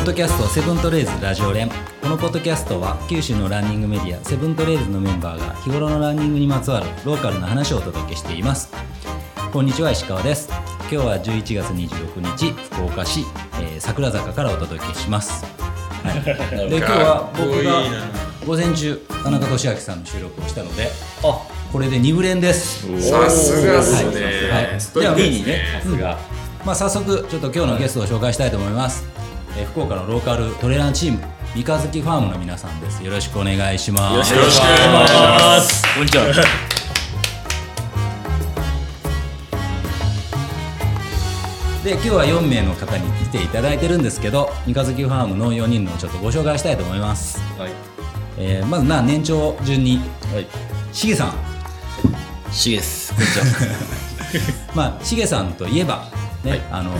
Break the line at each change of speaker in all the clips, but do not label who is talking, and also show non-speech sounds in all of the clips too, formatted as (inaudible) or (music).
ッドキャストセブントレイズラジオ連このポッドキャストは九州のランニングメディアセブントレイズのメンバーが日頃のランニングにまつわるローカルな話をお届けしていますこんにちは石川です今日は11月26日福岡市、えー桜坂からお届けします、はい、で今日は僕
かっこいい
が午前中田中俊明さんの収録をしたのであこれで2部連です
さすがっす
はいは
ね
い。
ストイックです
で
ね。
はまあ、早速ちょっと今日のゲストを紹介したいと思います、えー福岡のローカルトレランチーム三日月ファームの皆さんですよろしくお願いします
よろしくお願いします。
こんにちは。
で今日は4名の方に来ていただいてるんですけど三日月ファームの4人のちょっとご紹介したいと思います、
はい。
えーまずな年長順に
はい。
しげさん
しげです。こんにちは。
(laughs) まあしげさんといえばね、あの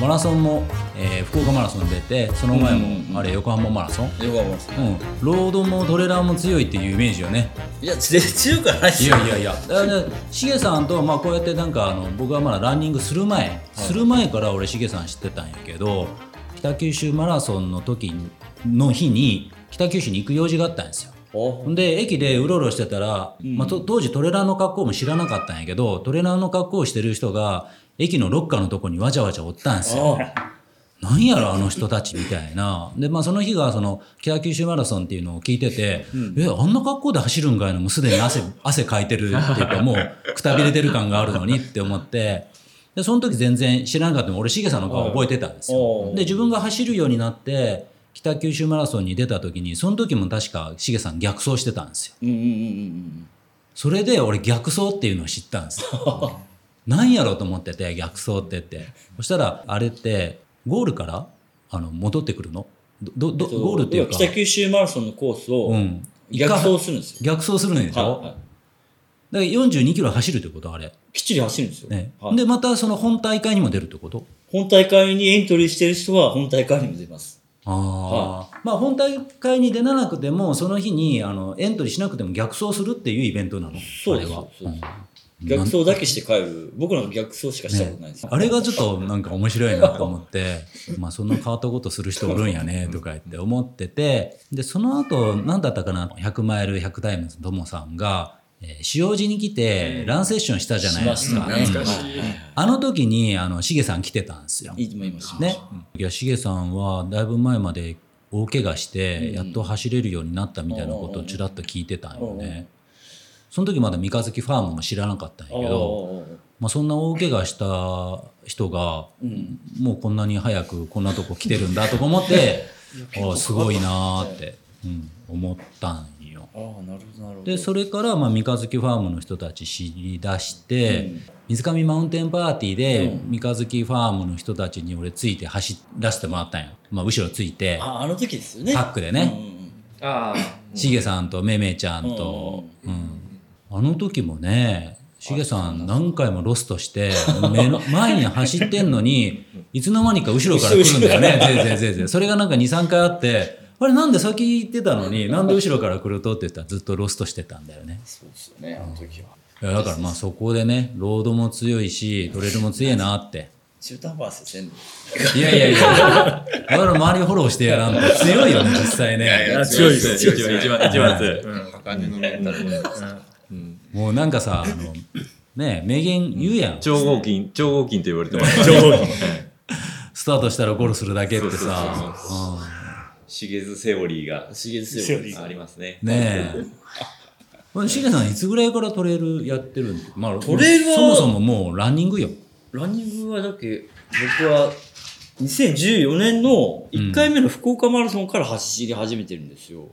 マラソンも、えー福岡マラソン出てその前
うんうんう
もあれ横浜マラソン、
よく思います。
うん、ロードもトレランも強いっていうイメージよね
いや、全然強くはないっす
い
よ
やいやいや、だからねしげさんとはまあこうやってなんかあの僕はまだランニングする前、する前から俺しげさん知ってたんやけど北九州マラソンの時にの日に北九州に行く用事があったんですよ。ほんで駅でうろうろしてたら、まあ、と当時トレーラーの格好も知らなかったんやけどトレーラーの格好をしてる人が駅のロッカーのとこにわちゃわちゃおったんですよ。なんやろあの人たちみたいな。で、まあその日がその北九州マラソンっていうのを聞いてて、え、あんな格好で走るんかいのもうすでに汗、 (laughs) 汗かいてるっていうかもうくたびれてる感があるのにって思って、で、その時全然知らなかったの俺しげさんの顔覚えてたんですよ
お。う
で、自分が走るようになって、北九州マラソンに出た時に、その時も確かしげさん逆走してたんですよ。
うんうんうんうん
それで俺逆走っていうのを知ったんです
(laughs)
よ。なんやろと思ってて逆走ってって。そしたらあれってゴールからあの戻ってくるのどど
うん。
どゴールっていうか、
北九州マラソンのコース
う
を
ん、
逆走するんですよ。
逆走するんでしょ、
はいはい
だから42キロ走るってことあれ。
きっちり走るんですよ。
ね
はい
で、またその本大会にも出るってこと
本大会にエントリーしてる人は本大会にも出ます。
ああ、まあ本大会に出なくてもその日にあのエントリーしなくても逆走するっていうイベントなの
そうです
あれは
そうです
ん
逆走だけして帰る。僕らの逆走しかしたことないです。
あれがちょっとなんか面白いなと思
(laughs)
って、まあそんな変わったことする人おるんやねとか言って思ってて、で、その後何だったかな、100マイル100タイムズのともさんが、えー塩路に来てランセッションしたじゃないですか。
しま
うん
懐かしい。
あの時に、あの、しげさん来てたんですよ。
いいと思います。
ね。いや、しげさんはだいぶ前まで大怪我して、やっと走れるようになったみたいなことをちらっと聞いてたんよね。その時まだ三日月ファームも知らなかったんや
ああ
けど、まあ、そんな大怪我した人が、もうこんなに早くこんなとこ来てるんだとか思
(laughs)
って、ああすごいなーって、うん、思ったんよ。
ああ、なるほど、なるほど。
でそれから、まあ、三日月ファームの人たち知り出して、
うん
水上マウンテンパーティーで、三日月ファームの人たちに俺ついて走らせてもらったんよ、まあ、後ろついて
ああの時ですよね。
パックで
うん
ね
うんうん
あ
しげ、さんとめめちゃんと、うんあの時もねしげさん何回もロストして目 (laughs) の前に走ってんのにいつの間にか後ろから来るんだよねぜいぜいぜいぜいそれがなんか23回あってあれなんで先行ってたのになんで後ろから来るとって言ったらずっとロストしてたんだよね
そうですよね、あの時は。
いやだからまあそこでねロードも強いしトレイルも強いなって
中途半端ですよ全部。
いやいやいや (laughs) だから周りフォローしてやらんと強いよね実際ね
や
強いです強いです一番一番強い
うん鋼のメンタル。
もうなんかさあのね名言言うやん
超合金超合金と言われてます。超合金。
スタートしたらゴールするだけって
そうそう
さ
シゲズセオリーが
しげずセオリー。
ありますね。
うんねえ (laughs) これシゲさんいつぐらいからトレイルやってるんですか、まあ、
トレイルは
そもそももうランニングよ
ランニングはだっけ、僕は2014年の1回目の福岡マラソンから走り始めてるんですよ。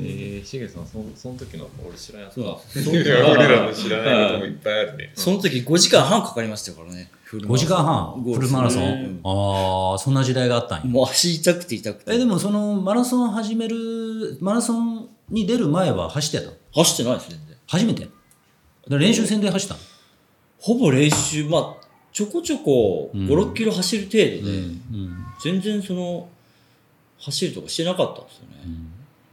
ええシゲさんそその時の俺知らなか
そうだそ
いや俺らの知らないこともいっぱいあるね。
その時5時間半かかりましたからね。
5時間半フルマラソ
ゴールですね
ンああそんな時代があったんや
もう足痛くて痛くて。
えでもそのマラソン始めるマラソンに出る前は走ってたの
走ってないです、全然。
初めてだから練習戦で走ったの、
ほぼ練習、まあ、ちょこちょこ5、6キロ走る程度で、全然その、走るとかしてなかったんですよね。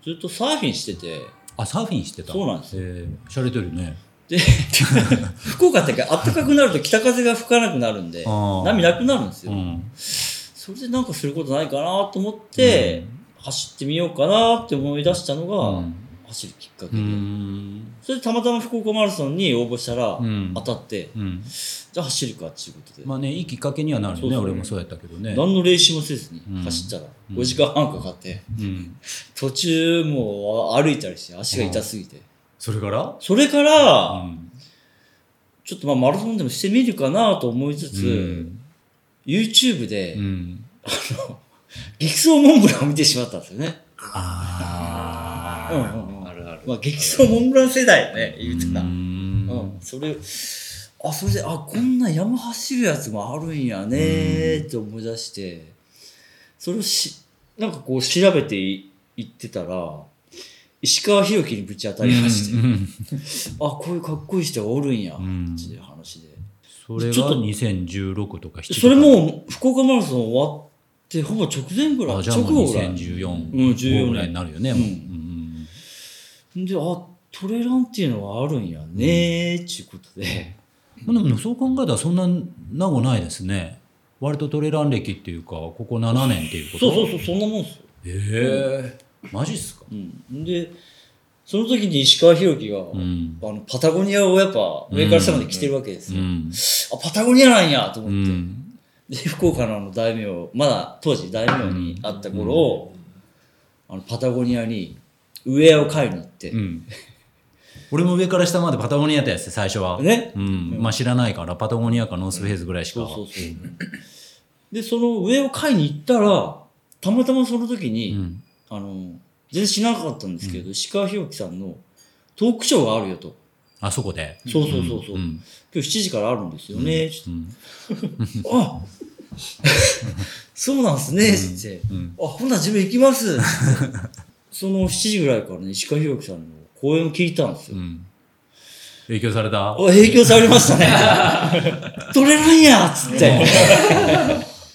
ずっとサーフィンしてて、
あサーフィンしてた
そうなんです
よ、えー、しゃれてるね
で、福岡ってか暖かくなると北風が吹かなくなるんで、
あー
波なくなるんですよ。
うん
それでなんかすることないかなと思って、走ってみようかなって思い出したの
う
が、
ん
走るきっかけ
う
で、
ん
それでたまたま福岡マラソンに応募したら、
うん
当たって、
うん
じゃあ走るかっていうことで、
まあねいいきっかけにはなるよ
そう
ね
そう
俺もそうやったけどね
何の練習もせずに
うん
走ったら、
うん
5時間半かかって、
うん
途中もう歩いたりして足が痛すぎて、
それから
それから、
うん
ちょっとまあマラソンでもしてみるかなと思いつつ、
うん
YouTube で、
うん
激走モンブランを見てしまったんですよね。
あ
うんうんうん
あるある。
まあ、激走モンブラン世代よね、言うて
ー
た。
う
うんん、それ、あ、それで、あ、こんな山走るやつもあるんやねーって思い出して、それをし、なんかこう調べていいってたら、石川博樹にぶち当たりまし
う
て、
ん
あ、こういうかっこいい人がおるんや、
うん
っていう話で。
それが
ちょっと
2016とか7
それも福岡マラソン終わってほぼ直前ぐらい
あじゃあ
直
もう
後ぐらいでうん
2014
14
ぐらいになるよねもう
うん
うん
あトレランっていうのはあるんやねーっちゅうことで、
まあでもそう考えたらそんな名もないですね割とトレラン歴っていうかここ7年っていうこと
そうそうそうそんなもんっすよ、
ええマジっすか
うん、でその時に石川博樹が、
うん
あのパタゴニアをやっぱ上から下まで着てるわけです
う
よ、
ん
あパタゴニアなんやと
う
思って、
ん
で福岡のあの大名まだ当時大名にあった頃を、あのパタゴニアにウェアを買いに行って、
うん俺も上から下までパタゴニアってやつで最初は
ね
うんまあ知らないからパタゴニアかノースフェイスぐらいしか
そうそうそう。で、その上を買いに行ったら、たまたまその時に、
うん
あの、全然知らなかったんですけど、石川博樹さんのトークショーがあるよと。
あそこで
そうそうそうそう。
ん
今日7時からあるんですよね。ち
う
ょっ
ん
とあそうなんすね、って。
うん
あ、ほんなら自分行きます。ってその7時ぐらいからね、石川博樹さんの講演を聞いたんです
う
よ。
ん影響された
お影響されましたね。取れるんやっつって。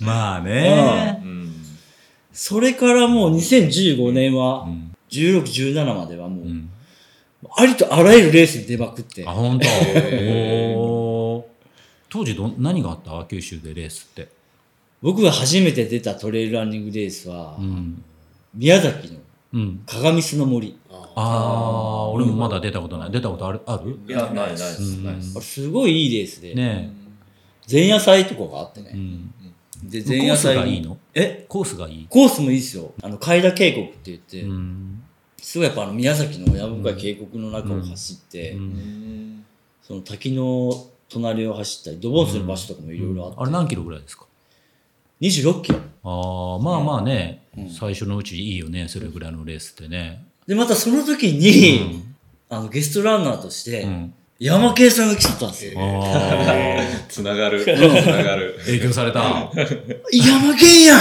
まあね
うん。
それからもう2015年は、
うん
16、17まではもう、
うん
ありとあらゆるレースに出まくって
あ、、本当。
へー
おー当時どん、何があった九州でレースって。
僕が初めて出たトレイルランニングレースは、
うん。
宮崎の
うん。
鏡巣の森。
ああ、俺もまだ出たことない。出たことあるある
いや、ないないです。ないです
あれすごいいいレースで、
ね
前夜祭とかがあって
え。う
ね。
ん。
で、
コ
前
ー
夜
ス
祭
が
に
いいの
え
コースがいい
コースもいいですよ。あの、海田渓谷って言って、
うん。
すごいやっぱあの宮崎の山深い渓谷の中を走って、
うん
その滝の隣を走ったり、ドボンする場所とかもいろいろあって、
あれ何キロぐらいですか
26キロ。
ああ、まあまあね
うん、
最初のうちいいよね、それぐらいのレースってね。
で、またその時
う
に、
ん。
あの、ゲストランナーとして、
うん
山系さんが来てたんですよ。
ああ、
つながる。つながる。
影響された。
山県やんっ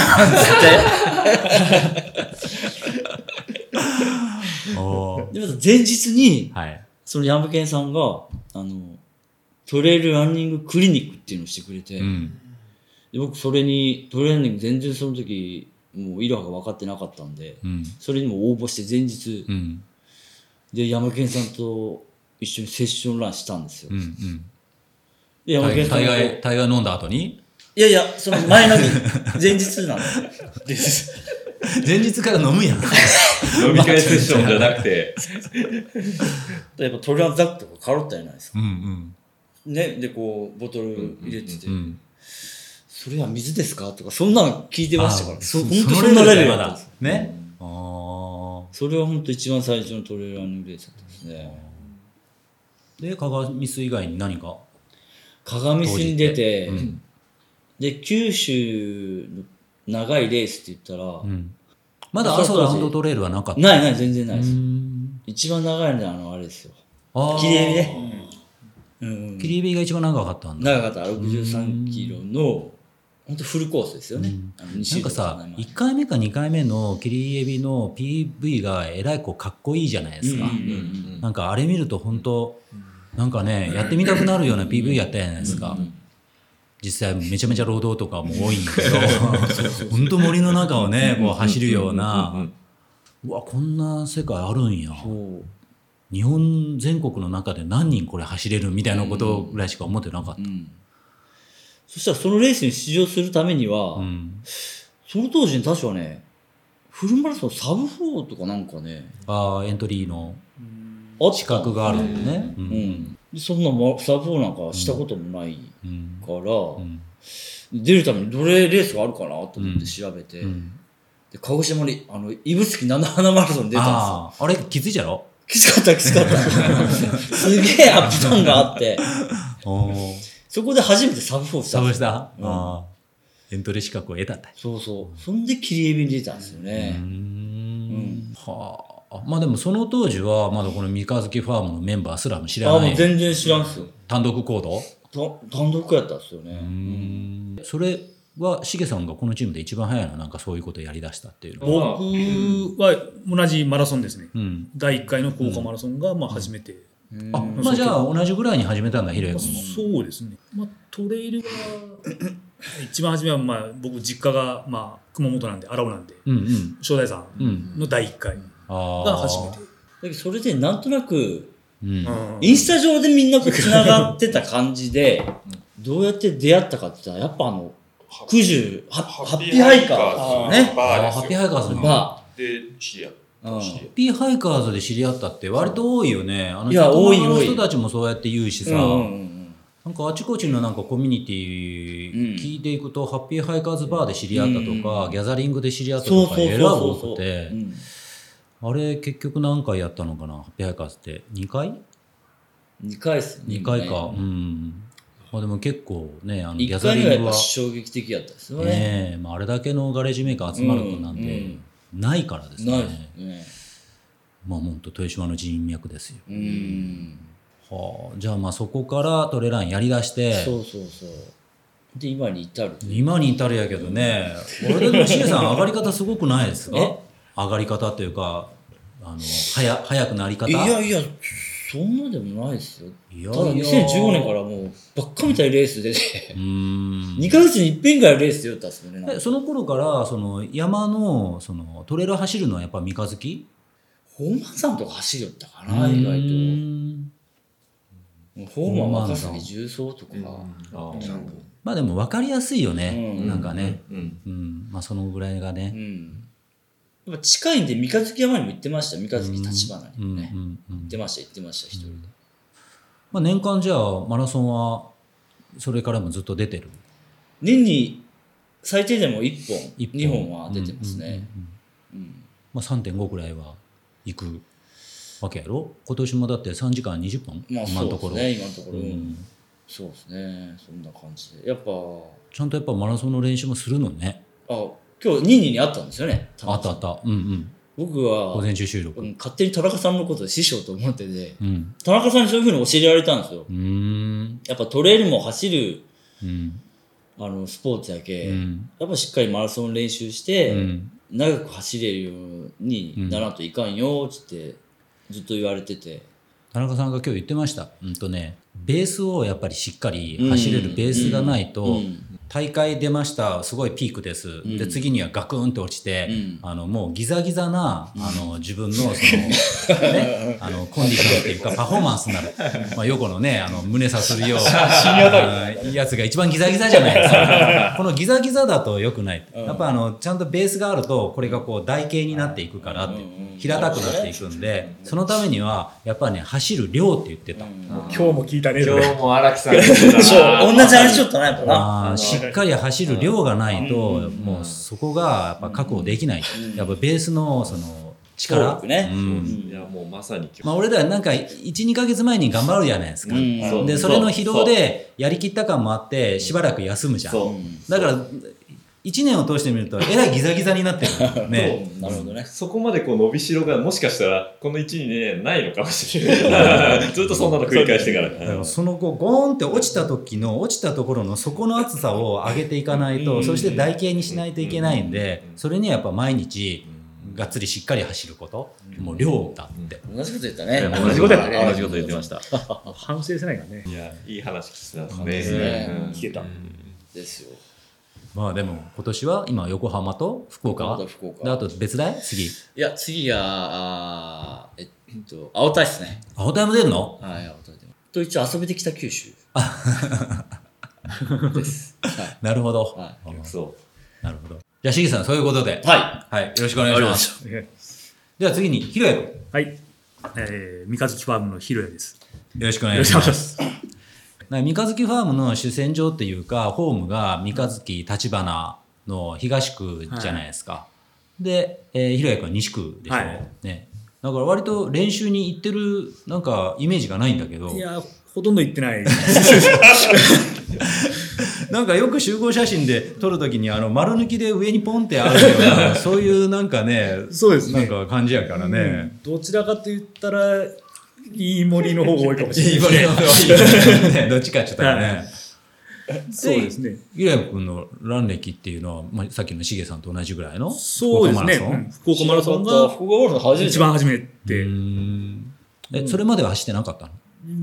おお
て。。で、また前日に、
はい。
その山県さんが、あの、トレイルランニングクリニックっていうのをしてくれて、
うん。
で僕それに、トレーニング全然その時、もうイラハが分かってなかったんで、
うん。
それにも応募して前日、
うん。
で、山県さんと一緒にセッションランしたんですよ。
うん。うん。
で、山
大
県さんが
概、大概飲んだ後に
いやいや、その前の日、前日なんですよ。 (laughs)
前日から飲むやん。
飲み会セッションじゃなくて。
で、やっぱトレランザックとかカロったじゃないですか。
うんうん。
ね、で、こう、ボトル入れてて、
うん。
それは水ですかとか、そんなの聞いてましたから。
そ
そ
そ
本
のレ
当そ
ベ
んな
ルだ
レベル
よ
だ
ま
った
だ
んです。。
ね。ああ。
それは本当一番最初のトレーラーニングレースだったんですね。
で、鏡水以外に何か
鏡巣に出て、
うん
で、九州の長いレースって言ったら、
うん。まだ阿蘇ラウンドトレイルはなかった。
ないない、全然ないで
う
す。
ん
一番長いのは、あの、あれですよ。
ああ。
切り絵ね。うんうん。
切り指が一番長かったんだ。
長かった、63キロの、本当フルコースですよね。あの西
なんか
浦
さ
の、前
1回目か2回目の切り指の PV がえらいこうかっこいいじゃないですか。
うんうんうん
なんかあれ見ると本当なんかね、やってみたくなるような PV やったじゃないですか。実際めちゃめちゃ労働とかも多いんだ (laughs) けど、本当森の中をね、こう走るような、うわ、こんな世界あるんや。
そう
日本全国の中で何人これ走れるみたいなことぐらいしか思ってなかっ
そしたらそのレースに出場するためには、
た。うん。
その当時に確かね、フルマラソンサブ4とかなんかね、
ああエントリーの
あ
資格があるんでね。う
うんん。でそんなまサブ4なんかしたこともない
うん
から、
うん
出るためにどれレースがあるかなと思って調べて、
うん
で鹿児島に、あの、指宿七花マラソン出たんですよ。
あああれ気づいちゃろ
きつかった、きつかった。
(laughs)
すげえアップダウンがあって、
おー
そこで初めてサブ4した
サ
ん
ブ
で
し
すよ。
たあ
うん
あエントリー資格を得たんだ。
そうそう。そんで切りエビに出たんですよ
うー
ね。
んはあまあでもその当時はまだこの三日月ファームのメンバーすらも知ら
ああ、
な
もう
い
全然知らんっすよ。
単独行動
た単独やったっすよね。
それはしげさんがこのチームで一番早いのなんかそういうことやりだしたっていうのは、
まあ
僕は同じマラソンですね。
うん、
第1回の福岡マラソンがまあ初めて。
あ
うん
まあじゃあ同じぐらいに始めたんだヒレ君も
そうですね。まあトレイルは、一番初めはまあ僕実家がまあ熊本なんで、荒尾なんで、
うんうん
正代さ
うんん
の第1回
あ
が初めて。
だけどそれでなんとなく、
めうん、
うん
インスタ上でみんなこう繋がってた感じで、どうやって出会ったかって言ったら、やっぱあの、九十、ハハッピーハイカーですよね。
バー
あー
です
ハッピーハ
よ
イカーズのハ
ま
で、知り合っ
あ、うん
た。知り合っ
ッピーハイカーズで知り合ったって割と多いよねあの
いや多い
あ
多
の
い
人たちもそうやって言うしさ、
うんうんうん
なんかあちこちのなんかコミュニティ聞いていくと、ハッピーハイカーズバーで知り合ったとか、ギャザリングで知り合った
そう
と
そ
か
うそう
えらい
そ
多
うそう。
くて
うん
あれ結局何回やったのかなハッピーハイカーズって2回
二回っすね。
2回か、うんまあ、でも結構ねあのギャ
一
ザ
回
リン
目がや
グ
っ
は
ぱ、衝撃的やったですよね。
ねえまあ、あれだけのガレージメーカー集まるとなんて、
うん
ないからですね
ないです
まあ本当豊島の人脈ですよ、
ね。うん。
はあ、じゃあまあそこからトレランやりだして
そうそうそう。で、今に至る。
今に至るやけどね、俺でもシエさん上がり方すごくないですか
え
上がり方というか、あの、早、早くなり方
いやいや、そんなでもないですよ。
い
た
や
だ2015年からもう、ばっかみたいレースで、
うーん。
2ヶ月に一遍ぐらいレースで打ったっすよね。なん
え
(laughs) か
その頃から、その、山の、その、トレーラー走るのはやっぱ三日月
本間さんとか走りよったかな、意
う
外
ーん
と。本間若
本間
崎
さん
重曹とか。
あ
た。なんか
まあでも分かりやすいよね。
うん
なんかね。
うん
うん。まあそのぐらいが
う
ね。
ん。やっぱ近いんで、三日月山にも行ってました。三日月立花に
うん
も
う
ね。
んう
行
ん
ってました、行ってました、一人で。
まあ年間じゃあマラソンは、それからもずっと出てる。
年に最低でも1本
一
2本は出てますね、。
うんうんうんうん
うん
まあ、3.5くらいは行くわけやろ今年もだって3時間20分、
まあ
今
そ
の
う
と
で
こ
す
ろ、
ね今のところ、
う
うん
ん
そうですねそんな感じでやっぱあ
ちゃんとやっぱマラソンの練習もするのね
今日ニーニーに会ったんですよね
あったあったうんうん
僕
午
は、
前中収録
う
うん
ん、勝手に田中さんのことを師匠と思ってて
うん
田中さんにそういうふうに教えられたんですよ
うーん
やっぱトレイルも走る
うん
あのスポーツやけ、
うん
やっぱしっかりマラソン練習して、
うん
長く走れるようにならんといかんよっつってずっと言われてて、
田中さんが今日言ってましたうんとねベースをやっぱりしっかり走れるベースがないと、
うん
大会出ましたすごいピークです、
ん
で次にはガクンって落ちて、
うん
あのもうギザギザな、あの自分のそ
(laughs)
の、ね、あのコンディションっていうかパフォーマンスになる、まあ、横のねあの胸さするようなやつが一番ギザギザじゃないですかこのギザギザだと良くない、やっぱあのちゃんとベースがあるとこれがこう台形になっていくからって、
うんうん
平たくなっていくんで、そのためにはやっぱね走る量って言ってた、
今日も聞いたね。
今日も荒木さんが言ってたな。
そう、同じあれちょっとな、やっぱな。
あーしっかり走る量がないと、もうそこがやっぱ確保できない、やっぱベースのその
そう
力
ですね
うん
いや、もうまさに今
まあ、俺らなんか12か月前に頑張るじゃないですか、
うんそう
で
そ
そうれの疲労でやりきった感もあってしばらく休むじゃん
そう
だから1年を通してみるとえらいギザギザになってるよね
そうなるほどね。
そこまでこう伸びしろがもしかしたらこの1、2年ないのかもしれない。ずっとそんなの繰り返してから。
だからその後ゴーンって落ちた時の落ちたところの底の厚さを上げていかないと、
うん
そして台形にしないといけないんで、
うん
それにはやっぱ毎日がっつりしっかり走ること、もう量だって、
同じこと言ったね。
同じことや
ね
同じこと言ってました。
反省せないからね。
いや、いい話聞きた
ですね
聞けた。
ですよ。
まあでも今年は今横浜と福岡
また福岡
であと別大次
いや、次が、あーえっと、青田ですね。
青タイム出るの
はい、青田でも。と一応遊びで北九州。です。はい
なるほど、
は
あの
そう。
なるほどじゃあ、しげさん、そういうことで。
はい。
はい。よろしくお願いします。では次に、ひろやくん。よ
はい。えー、三日月ファームのひろやです。
ろしくお
よ
願
ろ
い
し
し
くお願
ま。
いしますす。
なんか三日月ファームの主戦場っていうか、ホームが三日月立花の東区じゃないですか。で、えー、ひろやくんは西区でしょ、
はい
ね。だから割と練習に行ってる、なんか、イメージがないんだけど。
いや、ほとんど行ってない。
なんかよく集合写真で撮るときにあの丸抜きで上にポンってあるよう (laughs) なそういうなんかね
(laughs) そうですね
なんか感じやからね。
どちらかと言ったら、いい森の方が多いかもし
いい
れ
バ
ない。
レーの (laughs) ねどっちかちょっと
は
ね。
そうですね。
ゆらやくんのラン歴っていうのは、まあ、さっきのしげさんと同じぐらいの
そうですね。
福岡マラソン
うん福岡マラソン
が
が
福岡マラソン初めて。
一番初めて
う、んえそれまでは走ってなかったの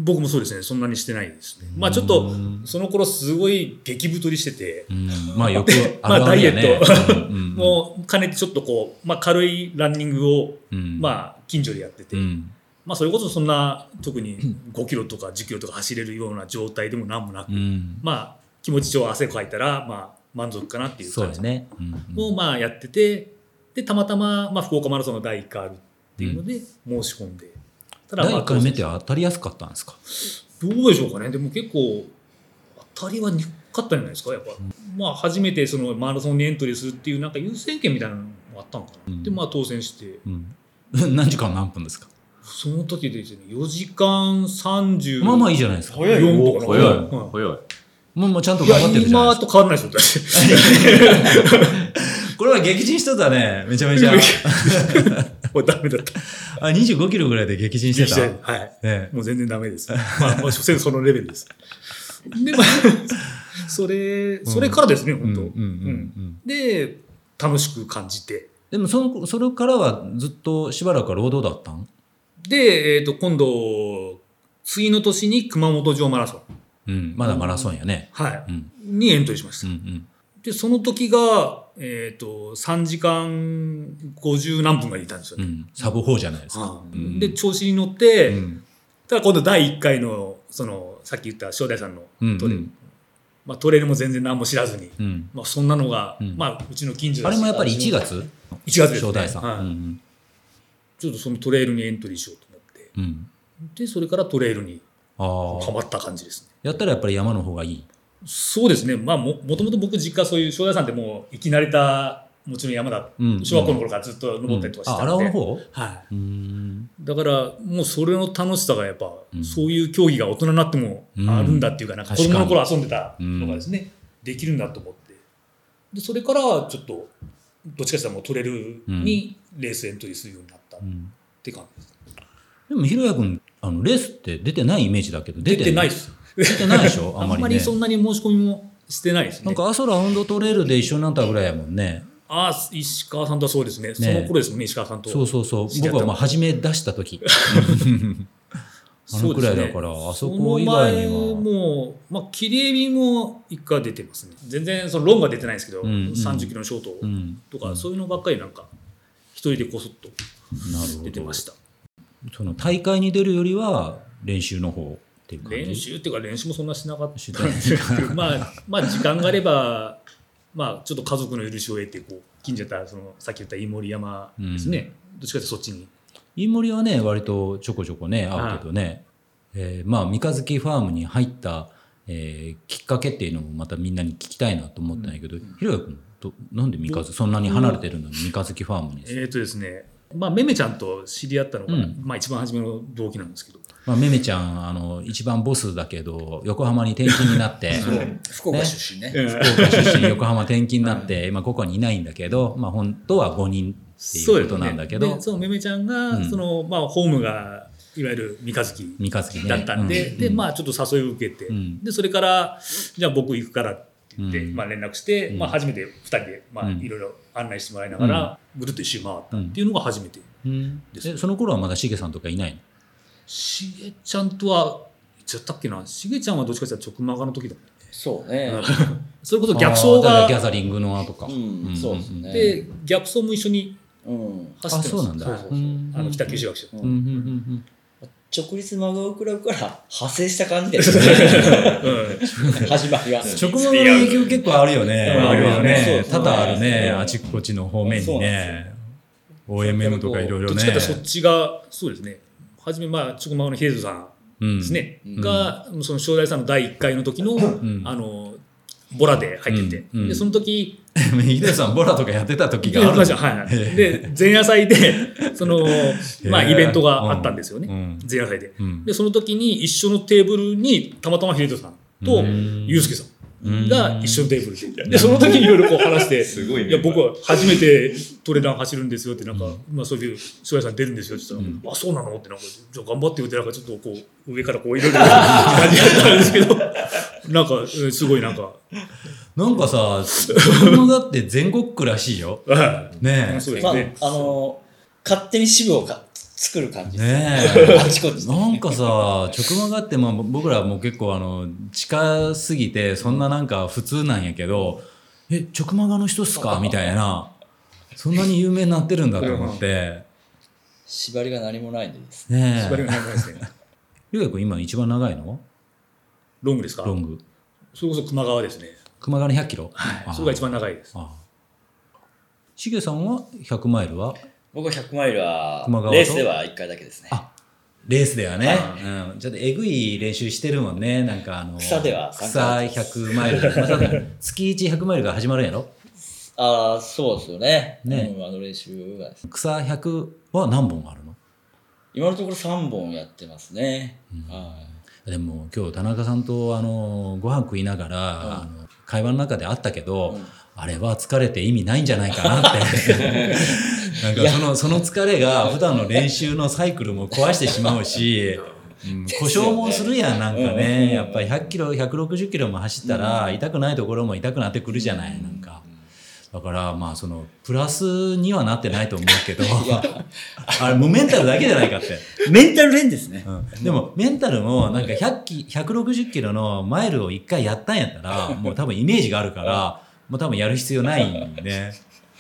僕もそうですね。そんなにしてないですね。まあちょっと、その頃すごい激太りしてて、
うんまあよく
まあ
るるやね
ダイエッ
(laughs)
ト
うんうん
もうかねてちょっとこう、まあ軽いランニングを、
うん
まあ近所でやってて
う、ん
まあそれこそそんな特に5キロとか10キロとか走れるような状態でもなんもなく、
うん
まあ気持ち上汗かいたら、まあ満足かなっていう
そう
感
で
じ
すね、うんうん
をまあやってて、で、たまたま、まあ福岡マラソンの第1回あるっていうので申し込んで。ただ
第
まあ
1回目って当たりやすかったんですか
どうでしょうかね、でも結構、当たりはにくかったんじゃないですか、やっぱ、まあ、初めてそのマラソンにエントリーするっていう、なんか優先権みたいなのもあったのかな、
うん
で、まあ、当選して、
うん (laughs) 何時間何分ですか
その時でですね、4時間34
まあまあいいじゃないですか
早いとか
早い
うん
早い
もうもうちゃんと
いや
頑張ってるじゃない
今
です
と変わらないですよ、
か。これは撃沈してたね。めちゃめちゃ。
私。もうダメだっ
(laughs)
た。
あ、25キロぐらいで撃沈してた。ね
はい。
え
もう全然ダメ
(laughs)
です。まあ、まあ、所詮そのレベルです。で、
(laughs)
まあ、それ、それからですね、
うん
本当、
うんうんうん
で、楽しく感じて。
でもその、それからはずっとしばらくは労働だったん
で、えー、と今度次の年に熊本城マラソ
う
ン、
ん。まだマラソンやね。
は
うん。
い、にエントリーしま
う
した、
んうん。
でその時が、えー、と3時間50何分がいたんですよ
う
ね、
ん。サブ4じゃないですか。
はい
うん
で調子に乗って、
うん。
ただ今度第1回のそのさっき言った正代さんの
うん
トレ,、まあ、トレイルも全然何も知らずに、
うん。
まあ、そんなのが、
うん
まあ、うちの近所
あ
だし
れもやっぱり1月
1月ですね
正代さ
はい
ん。うん
ちょっとそのトレイルにエントリーしようと思って
うん。うん。
でそれからトレイルに
あ
ハ
あ。
マった感じですね
やったらやっぱり山の方がいい。
そうですね、まあ、ももともと僕、実家、そういう正代山ってもう、生き慣れた、もちろん山だ、
うん
小学校の頃からずっと登ったりとかして
あ、荒
たん
尾
で、
の方
は
うん。
い、だから、もうそれの楽しさがやっぱ、
うん
そういう競技が大人になっても
うん
あるんだっていうか、なんか子
確かに
供の頃遊んでたのがですね、できるんだと思って、でそれからちょっと、どっちかというともう取れるにレースエントリーするようになったっ
うん
て感じです。
でも、ひろやくん、あの、レースって出てないイメージだけど、出
出てない
で。
ですす。
出てないでしょあ
(laughs) あ
ん
ん
まり、ね。
まりそんなに申し込みもしてないですね。
なんか、アソラウンドトレイルで一緒になったぐらいやもんね。
ああ、石川さんとはそうですね。その頃ですもんね、石川さんと。
そうそうそう
知。り合っ
僕は
た
まあ初め出した
(laughs)
時。あのくらいだから、あそこ以外に
その
は。
前も、まあ、切りエビも一回出てますね。全然、そのロンが出てないですけど、
うんうん
30キロのショー
う
ト
ん、
とか、そういうのばっかりなんか、一人でこそっと
なるほど
出てました。
その大会に出るよりは練習の方っていう感じ
練習っていうか、練習もそんなしなかっ
したて
ん
ない
です
(laughs)
けど、まあ、まあ、時間があれば、まあ、ちょっと家族の許しを得て、こう、近所だったら、その、さっき言った飯盛山ですね。どっちかってそっちに。
飯森はね割とちょこちょこね会うけどね、えーまあ三日月ファームに入った、えーきっかけっていうのもまたみんなに聞きたいなと思ったんやけど、ひろやくんとなんで三日月そんなに離れてるのに三日月ファームに、
えっ、とですね、まあ、めめちゃんと知り合ったのが、
うん
まあ、一番初めの動機なんですけど、
まあ、めめちゃんあの一番ボスだけど横浜に転勤にな
(laughs)
って
福岡出身ね。
福岡出身横浜転勤になって今ここにいないんだけど、まあ、本当は5人っていうことなんだけど、
でそうめめちゃんが、
うん
そのまあ、ホームがいわゆる三日月
三日月ね
だったんで、
うん
でまあ、ちょっと誘いを受けて、
うん
でそれから、じゃあ僕行くからって言って、
うん
まあ、連絡して、
うん
まあ、初めて2人で、まあ、
うん
いろいろ案内してもらいながら、ぐるっと一周回ったっていうのが初めて、
うんでその頃はまだしげさんとかいないの
しげちゃんとは、いつやったっけな、しげちゃんはどっちかというと直マガの時だった、
そうね。
それこそ逆走
あーだから
が
ギ、ャザリングの後か、
うん
ん
そうですね
で逆走も一緒に
うん。
走ってま
あそう
す
なんだ
はい
うん
あの北九州学生
う
うんうんうんうん
ち直立マガオクラブから派生した感じだよね。 (laughs) 始まりが。
直毛の影響結構あるよね。
うん
あるよ
そう
ね。多
そう
々あるね。
うん
あちこちの方面
そう
に
なん
ね。OMM とかいろい
ど
ろ
っ
ね
ちか。というとそっちが、そうですね。はじめ、まあ、直マガのヒデトさん
うん
ですね。
うん
が、その正代さんの第1回の時の、
ん
あの、ボラで入ってて。
うんうん
で、その時、
ヒデさん、ボラとかやってた時
や
があ
り
る。
ました。はい。で、前夜祭で、
(laughs)
その、まあ、イベントがあったんですよね。
うん
前夜祭で。
うん
で、その時に一緒のテーブルに、たまたまヒデトさんと、
うん
ユうスケさん。
うん
が一緒のテーブルで。で、その時にいろいろこう話して、
すごい
い
メンバ
や、
ー
僕は初めてトレラン走るんですよって、なんか、まあそういう、翔也さん出るんですよって言ったら、あ、そうなのって、なんか、じゃあ頑張ってよって、なんかちょっとこう、上からこういろいろ感じだったんですけど、 (laughs) なんか、うんすごいなんか、
なんかさ、子供だって全国区らしいよ。ね
そうで
ますあ
ね、。
あのー、勝手に支部をか作る感
え。
じです。
ねえ。
あちこちで。
なんかさ、直間があって、まあ、僕らも結構あの近すぎてそんななんか普通なんやけど「え直間がの人っすか?」みたいなそんなに有名になってるんだと思って
縛りが何もないんです。
ね
縛り
え
が長いですね。
龍也君今一番長いの
ロングですか
ロング
それこそ熊川ですね。
熊谷の100キロあ
それが一番長いです。
あしげさんは100マイルは
僕は100マイルは
熊川、と
レースでは1回だけですね。
あレースではね、うん、ちょっとえぐい練習してるもんねなんかあの
草では
草100マイルまた月1100マイルが始まるんやろ
ああ、そうですよね。
ね
うんあの練習がです。
草100は何本あるの
今のところ3本やってますね。はい
でも今日田中さんとあのご飯食いながら、あの会話の中であったけど、あれは疲れて意味ないんじゃないかなって (laughs) なんかそのその疲れが普段の練習のサイクルも壊してしまうし、 (laughs) うん、故障もするやんなんかね、
うん
やっぱり100キロ160キロも走ったら、痛くないところも痛くなってくるじゃないなんか。だからまあそのプラスにはなってないと思うけど (laughs) あれもうメンタルだけじゃないかって。
メンタル練ですね。
うんでもメンタルもなんか100キ160キロのマイルを1回やったんやったらもう多分イメージがあるからもう多分やる必要ないん (laughs) で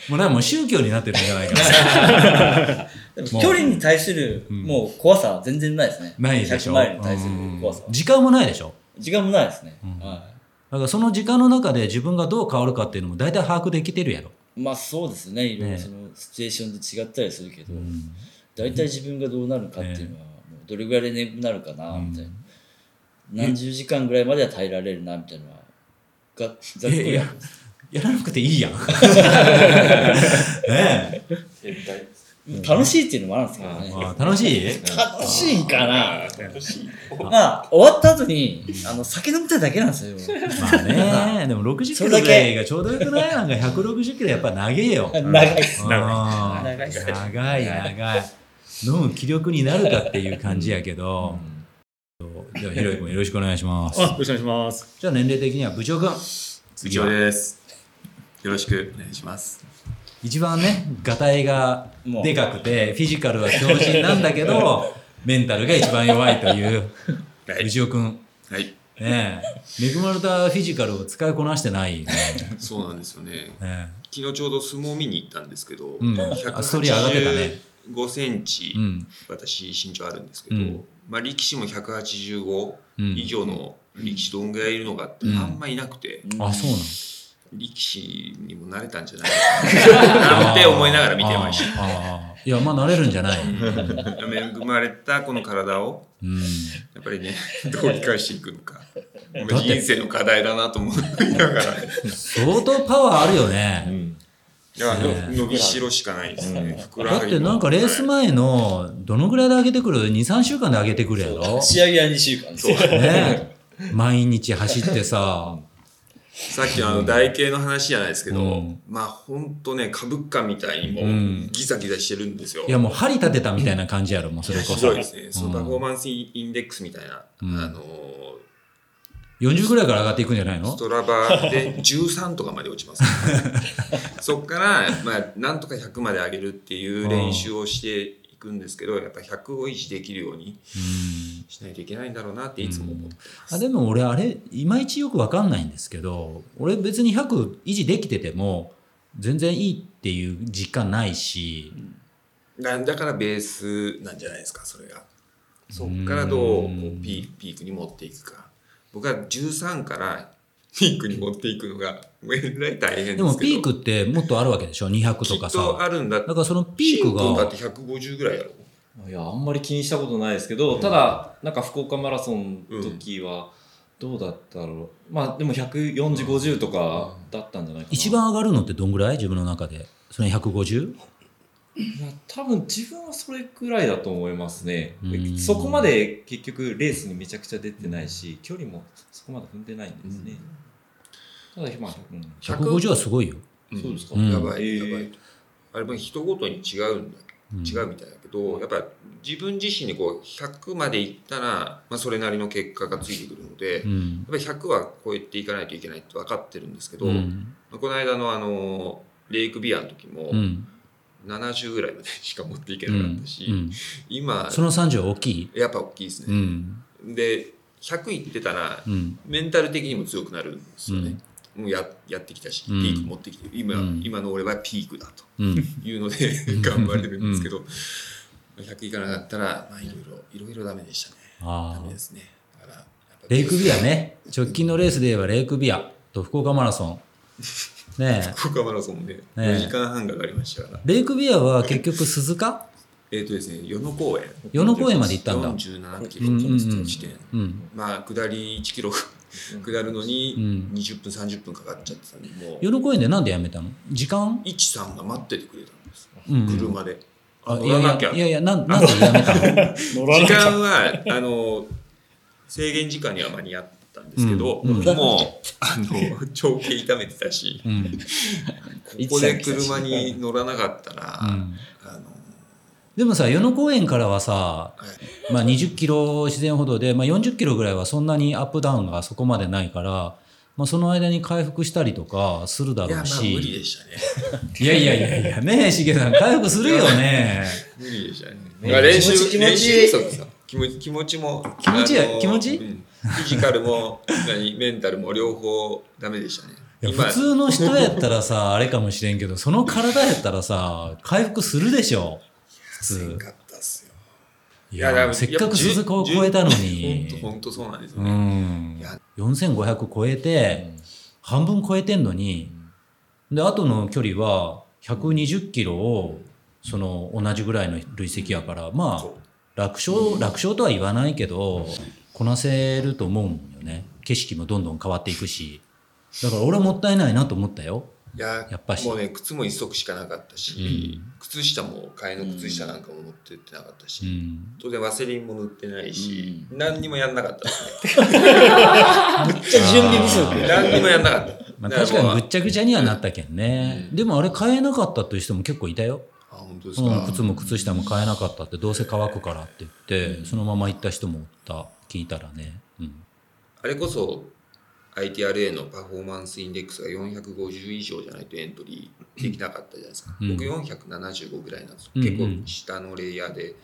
もうなんかもう宗教になってるんじゃないか (laughs) な
でも
もう
距離に対する、もう怖さは全然ないですね。
ないでしょ
100マイルに対する怖さ
うん。時間もないでしょ
時間もないですね。は
だからその時間の中で自分がどう変わるかっていうのも大体把握できてるやろ
い。まあそうですね。いろい
ね
ろそのシチュエーションで違ったりするけど、大体自分がどうなるかっていうのは、もうどれぐらいで眠くなるかな、みたいな。何十時間ぐらいまでは耐えられるな、みたいなのは。がざっく
いやい
り
ややらなくていい (laughs) やんねえ、
楽しいっていうのもあるんですけどね。
まあ、楽し (laughs) い
楽しいんかな
楽しい。
まあ、終わった後に、あの、酒飲みたいだけなんですよ。
まあねでも60キロぐらいがちょうどよくないなんか160キロやっぱ長えよ
長いっす。
長
長いっす
長い長い飲む気力になるかっていう感じやけど、ではひろゆき君よろしくお願いします
あ、よろしくお願いします。
じゃあ年齢的には部長君
以上です。よろしくお願いします。
一番ねがたいが
もう
でかくてフィジカルは強靭なんだけどメンタルが一番弱いという
はい
部長君
はい。
ねえ恵まれたフィジカルを使いこなしてないよね
そうなんですよね。
ね
昨日ちょうど相撲見に行ったんですけど、
うんあストーリー上がってたね
5センチ、
えうん
私身長あるんですけど、
うん
まあ、力士も185
うん
以上の力士どんぐらいいるのかって
うん
あんまいなくて、
あそうなの
力士にも慣れたんじゃないかななんて思いながら見てました
あーあーいやまあ慣れるんじゃない、
恵まれたこの体を
うん
やっぱり
(laughs)
ねどう理解していくのか
だって
人生の課題だなと思いな
(laughs)
がらい
相当パワーあるよね、
やの伸びしろしかないですね、ふくらは
だ
ぎ
っ
も
てなんかレース前のどのぐらいで上げてくる23週間で上げてくるやろ
仕上げは2週間ですよ。
ね毎日走ってさ
さっきのあの台形の話じゃないですけど、
うん
まあほんとね株価みたいにも
うん
ギザギザしてるんですよ、
いやもう針立てたみたいな感じやろもうそれこ
ひ
そ
どいですね、そのパフォーマンスインデックスみたいな、
うん
あの
40ぐらいから上がっていくんじゃない
ス
の
トラバで13とかまで落
(laughs)
ちます、そっから、まあ、なんとか100まで上げるっていう練習をしていくんですけどやっぱ100を維持できるようにしないといけないんだろうなっていつも思って
あでも俺あれいまいちよくわかんないんですけど俺別に100維持できてても全然いいっていう実感ないし
なんだからベースなんじゃないですかそれがそこからどうこ
うん
うピーピークに持っていくか僕は13からピークに持っていくのがもうえらい大変ですけど
でもピークってもっとあるわけでしょ200
き
と
っ
か
と
さ
あるんだ
だからそのピーク
シンプルだっ
が
て150ぐらいやろ
いやあんまり気にしたことないですけど、ただなんか福岡マラソンの時はどうだったろう、まあでも14050とかだったんじゃないかな
一番上がるのってどんぐらい自分の中でそれ 150?
いや多分自分はそれくらいだと思いますね
うん
そこまで結局レースにめちゃくちゃ出てないし距離もそこまで踏んでないんですね、ただまあ、うん
150はすごいよ、
ん
そうですか、
うん
やばい
え
や
ー
ばいあれも人ごとに違うんだ
うん
違うみたいだけど、やっぱ自分自身にこう100までいったら、まあ、それなりの結果がついてくるので、
う
やっ
ん
ぱり100は超えていかないといけないって分かってるんですけど、
うん
まあこの間のあのレイクビアの時も
うん
70ぐらいまでしか持っていけ
う
なかっ
ん
たし、
うん
今
その30は大きい
やっぱ大きいです
う
ね、
ん
で100いってたら
うん
メンタル的にも強くなるんですよね、もうややってきたしピ
うん
ーク持ってきてる今,、
うん
今の俺はピークだと
うん
いうので頑張れるんですけど、100いかなかったら、まあ、いろいろいろいろダメでしたねダ
ああ
メですねだからやっぱ
レイクビアね直近のレースで言えばレイクビアと福岡マラソンねえ
福岡マラソンで
え
4時間半がかかりましたから、
レイクビアは結局鈴鹿
えっ、とですね与野公園
与野公園まで行ったんだ
47キロの地点、
うん
まあ下り1キロ下るのに
うん
20分30分かかっちゃってたんでもう
与野公園でなんでやめたの時間
一さんが待っててくれたんです
うん
車で、
あい
乗
や
ら
い
な
や
きゃ
いやいやなんなんでやめたの
乗ら
時
なかっ
間はあの制限時間には間に合ったんですけど、
うんうん
もうあの長径痛めてたし
うん
ここで車に乗らなかったら、
うん
あの
でもさ与野公園からはさ、
は
まあ、20キロ自然歩道で、まあ、40キロぐらいはそんなにアップダウンがそこまでないから、まあ、その間に回復したりとかするだ
い
ろ
やま
う
あ
し
無理でしたね
いやいやいやいやねえしげさん回復するよ
(laughs)
ね
無理でしたね、
ね
まあ練習
気持ち気持ち
練習不足さ気持ち気持ちも
気持ちや
あの
気持ち
うんフィジカルも何メンタルも両方ダメでしたね
いや普通の人やったらさあれかもしれんけどその体やったらさ回復するでしょ普
せん
通
かったっすよ
い
いやだか
や
ら
せっかく鈴鹿を超えたのに
本当本当そうなんですよ
う
ね、
ん
いや
4500超えて、半分超えてんのに、であとの距離は120キロをその同じぐらいの累積やからまあ
そう
楽勝楽勝とは言わないけどこなせると思うんよね景色もどんどん変わっていくしだから俺はもったいないなと思ったよ
いや
やっぱし
もうね靴も一足しかなかったし、靴下も替えの靴下なんかも持ってってなかったし、
うん
当然ワセリンも塗ってないし、何にもやんなかったです
めっちゃ準備不足
ね何にもやんなかった
まあ、
だら
確か
もう
にぐっちゃぐちゃにはなったけんね、でもあれ買えなかったという人も結構いたよ
(laughs) あ本当ですか、
うん、靴も靴下も買えなかったってどうせ乾くからって言って、そのまま行った人もおった聞いたらね、うん、
あれこそ ITRA のパフォーマンスインデックスが450以上じゃないとエントリーできなかったじゃないですか、
うん
僕475ぐらいなんですよ、
うん
結構下のレイヤーで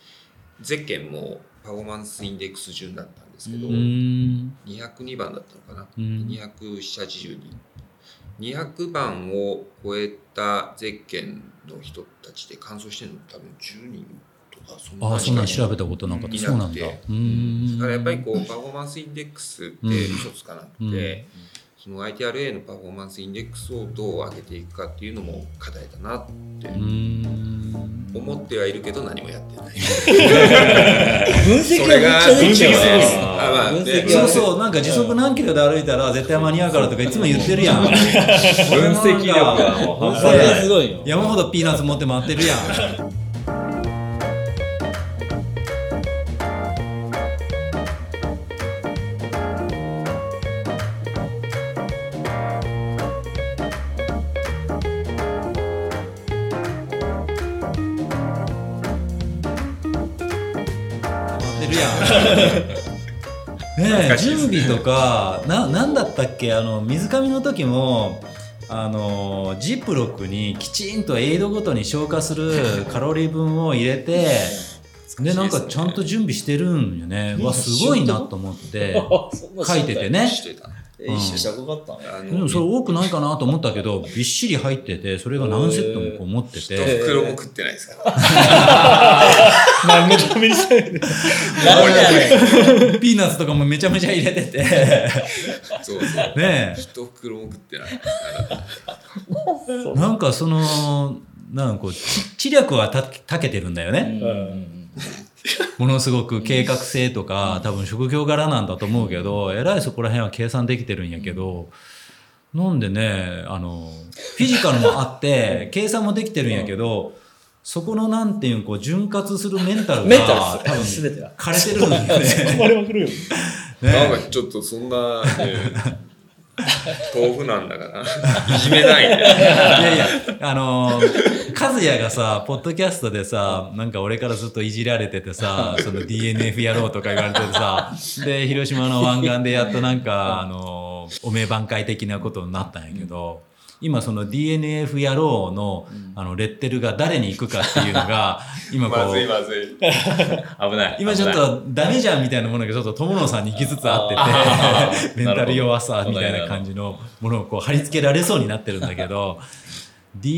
ゼッケンもパフォーマンスインデックス順だったんですけど、
うーん
202番だったのかな、
うん
280人200番を超えたゼッケンの人たちで完走してるの多分10人とかそんな
ああそんなん
しか
調べたことなかった
い
そうな
なんくて
だうーん
だからやっぱりこうパフォーマンスインデックスって嘘つかなくて、
うん
その ITRA のパフォーマンスインデックスをどう上げていくかっていうのも課題だなって
うーん
思ってはいるけど何もやってない。
分析がめっちゃできちゃう
それが分析
ね
です
あまあ
分
ね
析
そうそうなんか時速何キロで歩いたら絶対間に合うからとかいつも言ってるや
(laughs)
ん分
分析力がもう半
それ
端な
が
い
すごいよ
山ほどピーナッツ持って回ってるやん回ってるやんねえ
懐かしいで
準
すね
備とかななんだったっけあの水上の時もあのジップロックにきちんとエイドごとに消化す
(laughs)
るカロリー分を入れてでなんかちゃんと準備してるんよねわすごいなと思って書いててね
(laughs) してた。
え、一周したらかかったね。
あ
でも
の
それ多くないかなと思ったけどびっしり入っててそれが何セットもこう持ってて、
一袋も食ってないですから。
何のためにしたいの
なんやね
(laughs)
ん。
ピーナッツとかもめちゃめちゃ入れて (laughs) て
そうそう。
ね
一袋も食ってない。
えなんかそのなんかこう知知略はたたけてるんだよね、ものすごく計画性とか、多分職業柄なんだと思うけど、えらいそこら辺は計算できてるんやけど、なんでね、あの、フィジカルもあって、計算もできてるんやけど、そこのなんていうん、こう、潤滑するメンタル
メンタ
が、
ル
多分、
です全てが
枯れてるんだよね。
生まれまくるよ。
なんかちょっとそんな、ね (laughs) 豆腐なんだから、いじめない
(laughs) い
で。
やいや、あのー、和也がさ、ポッドキャストでさ、なんか俺からずっといじられててさ、その DNF やろうとか言われててさ、で、広島の湾岸でやっとなんか、あのー、お名挽回的なことになったんやけど、今その DNF やろうの、あの、レッテルが誰に行くかっていうのが、今こ、
まずいうまずい。
危ない。
(laughs) 今ちょっ
危ない、
とダメじゃんみたいなものがちょっと友野さんに行きつつあ (laughs) ってて、メンタル弱さみたいな感じのものをこう貼り付けられそうになってるんだけど、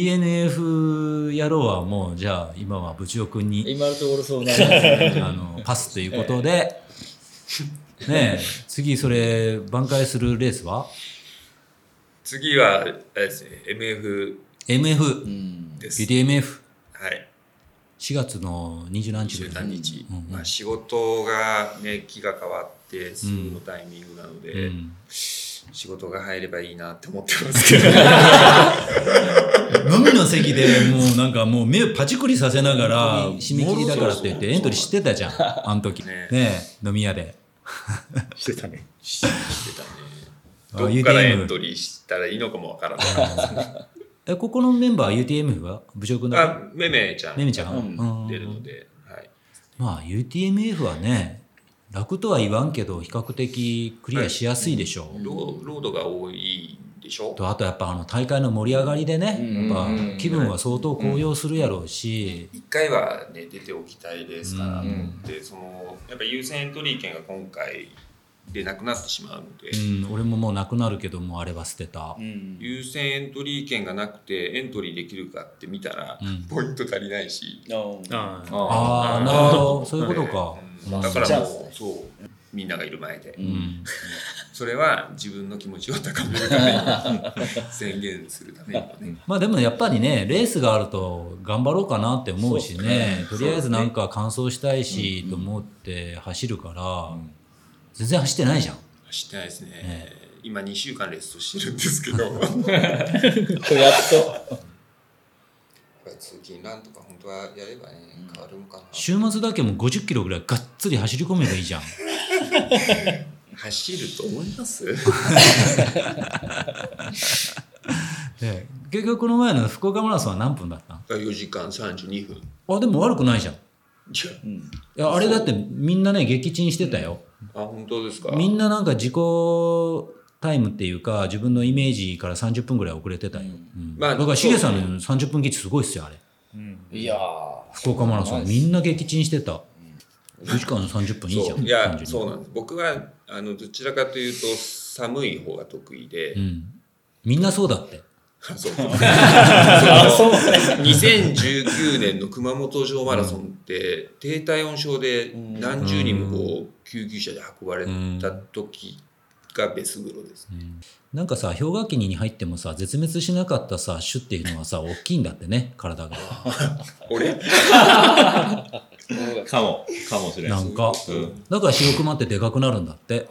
DNF 野郎はもうじゃあ今は部長君に
(laughs)
今のところそうなんで
あのパスということで、ねえ、次それ挽回するレースは
次は、あれですね、MF
?MF、
です。
BDMF、
はい。
4月の二十何日
十
ぐらい
何日、
うんうん
まあ、仕事がね気が変わってすぐのタイミングなので、
うん
仕事が入ればいいなって思ってますけ
(laughs)
どい
飲みの席でもうなんかもう目をパチクリさせながら締め切りだからって言ってエントリーしてた (laughs) じゃんあの時ね
ね
え飲み屋で
してたね。
あ
どっから
UTM
エントリーしたらいいのかもわからない
えここのメンバー UTM は部長君だ
あ
け
めめちゃん
めめちゃんうん
出るので、はい、
まあ UTMF はね楽とは言わんけど比較的クリアしやすいでしょう、
ローロードが多いんでしょ
とあとやっぱあの大会の盛り上がりでね、
うん
やっぱ気分は相当高揚するやろうし、
一回は、ね、出ておきたいですから
う
と
ん
思って、そのやっぱ優先エントリー権が今回でなくなってしまうので、
うん俺ももうなくなるけどもうあれは捨てた、
優先エントリー権がなくてエントリーできるかって見たら、ポイント足りないし、
す。あ
あ
あ
あ。
ああなるほどそういうことか、
うんだからもうそうみんながいる前で、
うん
それは自分の気持ちを高めるた
(laughs)
めに宣言するためにもね
まあでもやっぱりねレースがあると頑張ろうかなって思うしねとりあえずなんか完走したいしと思って走るから、全然走ってないじゃん
知ってないですね、今2週間レストしてるんです
(laughs)
け
あ。
ど
やっと。
通勤ランとか本当はやればね変わるのかな
週末だけも50キロぐらいがっつり走り込めばいい (laughs) じゃん
走ると思います
で結局この前の福岡マラソンは何分だったん
4時間32分
あでも悪くないじゃんい
じゃ
やあれだってみんなね撃沈してたよ
ああ本当ですか
みんななんか自己タイムっていうか自分のイメージから30分ぐらい遅れてたよ、うん
まあ
だからしげさんの30分切ってすごいっすよあれ
いや
福岡マラソンみんな撃沈してた4時間30分いいじゃ
そ
ん
ういや
32
そうなんです僕はあのどちらかというと寒い方が得意で、
うんみんなそうだって
あそう
(laughs)
2019年の熊本城マラソンって低体温症で何十人もこう救急車で運ばれた時がベスグロです、
なんかさ氷河期に入ってもさ絶滅しなかったさ種っていうのはさ (laughs) 大きいんだってね体が
俺
かも、かもしれな。
ないんか
うん
だから白熊ってでかくなるんだって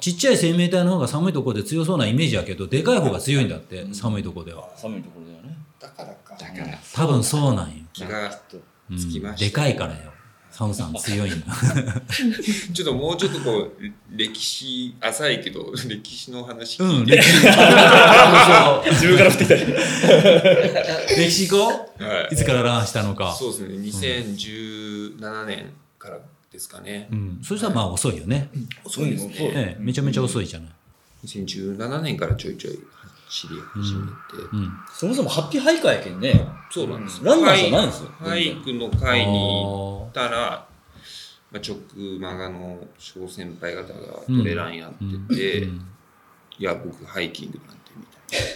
ちっちゃい生命体の方が寒いとこで強そうなイメージやけどでかい方が強いんだって寒いとこでは
寒いところだよね。
だからか
多分そうなんよ、
気が
うん
つきました
でかいからよ寒さん強いんだ
ちょっともうちょっとこう歴史浅いけど歴史の話、
うん
(laughs)
歴史そう
自分から振ってき
(laughs)
た。
歴史行こう
はい
いつからランしたのか
そうですね2017年からですかね、
うん、そしたらまあ遅いよね、
遅いですね、
ええ、めちゃめちゃ遅いじゃない、
2017年からちょいちょい走り始めて、
うん、
そもそもハッピーハイカーやけんね。
そうなんです
ランナーじゃないんですよ
ハイハイクの会に行ったら、まあ、まあ、直マガの小先輩方がトレランやってて、いや僕ハイキングなんてみたいな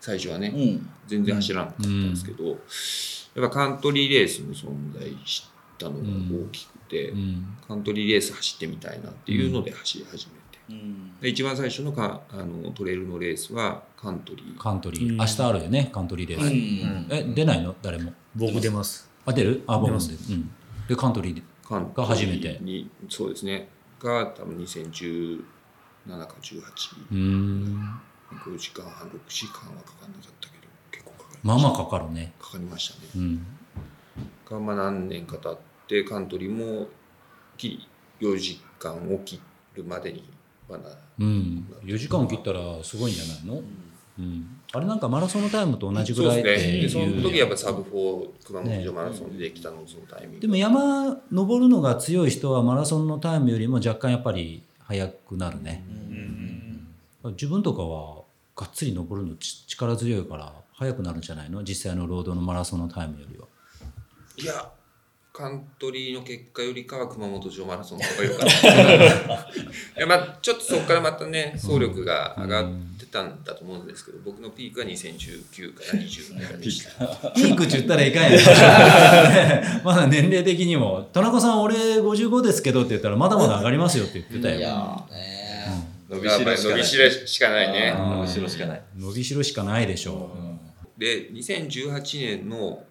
最初はね、
うん。
全然走らなかったんですけど、やっぱカントリーレースの存在したのが大きくて、
うん
カントリーレース走ってみたいなっていうので走り始めて、
うん。
で一番最初のかあのトレイルのレースはカントリー
カントリ
う
ー
ん
明日あるよねカントリーレース、
うん
え出ないの誰も
僕出ます。
あ出るあ僕も
出
出る、うん、でカントリーで
カン
が初めて
にそうですねが多分2017か18、
うーん
5時間半6時間はかかんなかったけど結構かかり
まあまあかかるね
かかりましたね
うん
が、まあ、何年か経ってカントリーもきり4時間を切るまでにはな
うん、4時間を切ったらすごいんじゃないの、うん、あれなんかマラソンのタイムと同じぐらい
そう
って
ですね
いう
でその時やっぱサブ4熊本城マラソンでできたのもそのタイミング
でも山登るのが強い人はマラソンのタイムよりも若干やっぱり速くなるね、自分とかはがっつり登るのち力強いから速くなるんじゃないの実際のロードのマラソンのタイムよりは。
いやカントリーの結果よりかは熊本城マラソンの方が良
(laughs)
かった。いやまあちょっとそこからまたね走力が上がってたんだと思うんですけど、僕のピークは2019から20の間でした。
ピークって言ったらいかんやん (laughs) まだ年齢的にも「田中さん俺55ですけど」って言ったら「まだまだ上がりますよ」って言ってた
い
よ。
やーね
伸
びしろしかない
びしろしかないね。
うん
後ろしかない。
伸びしろしかないでしょ
で2018年の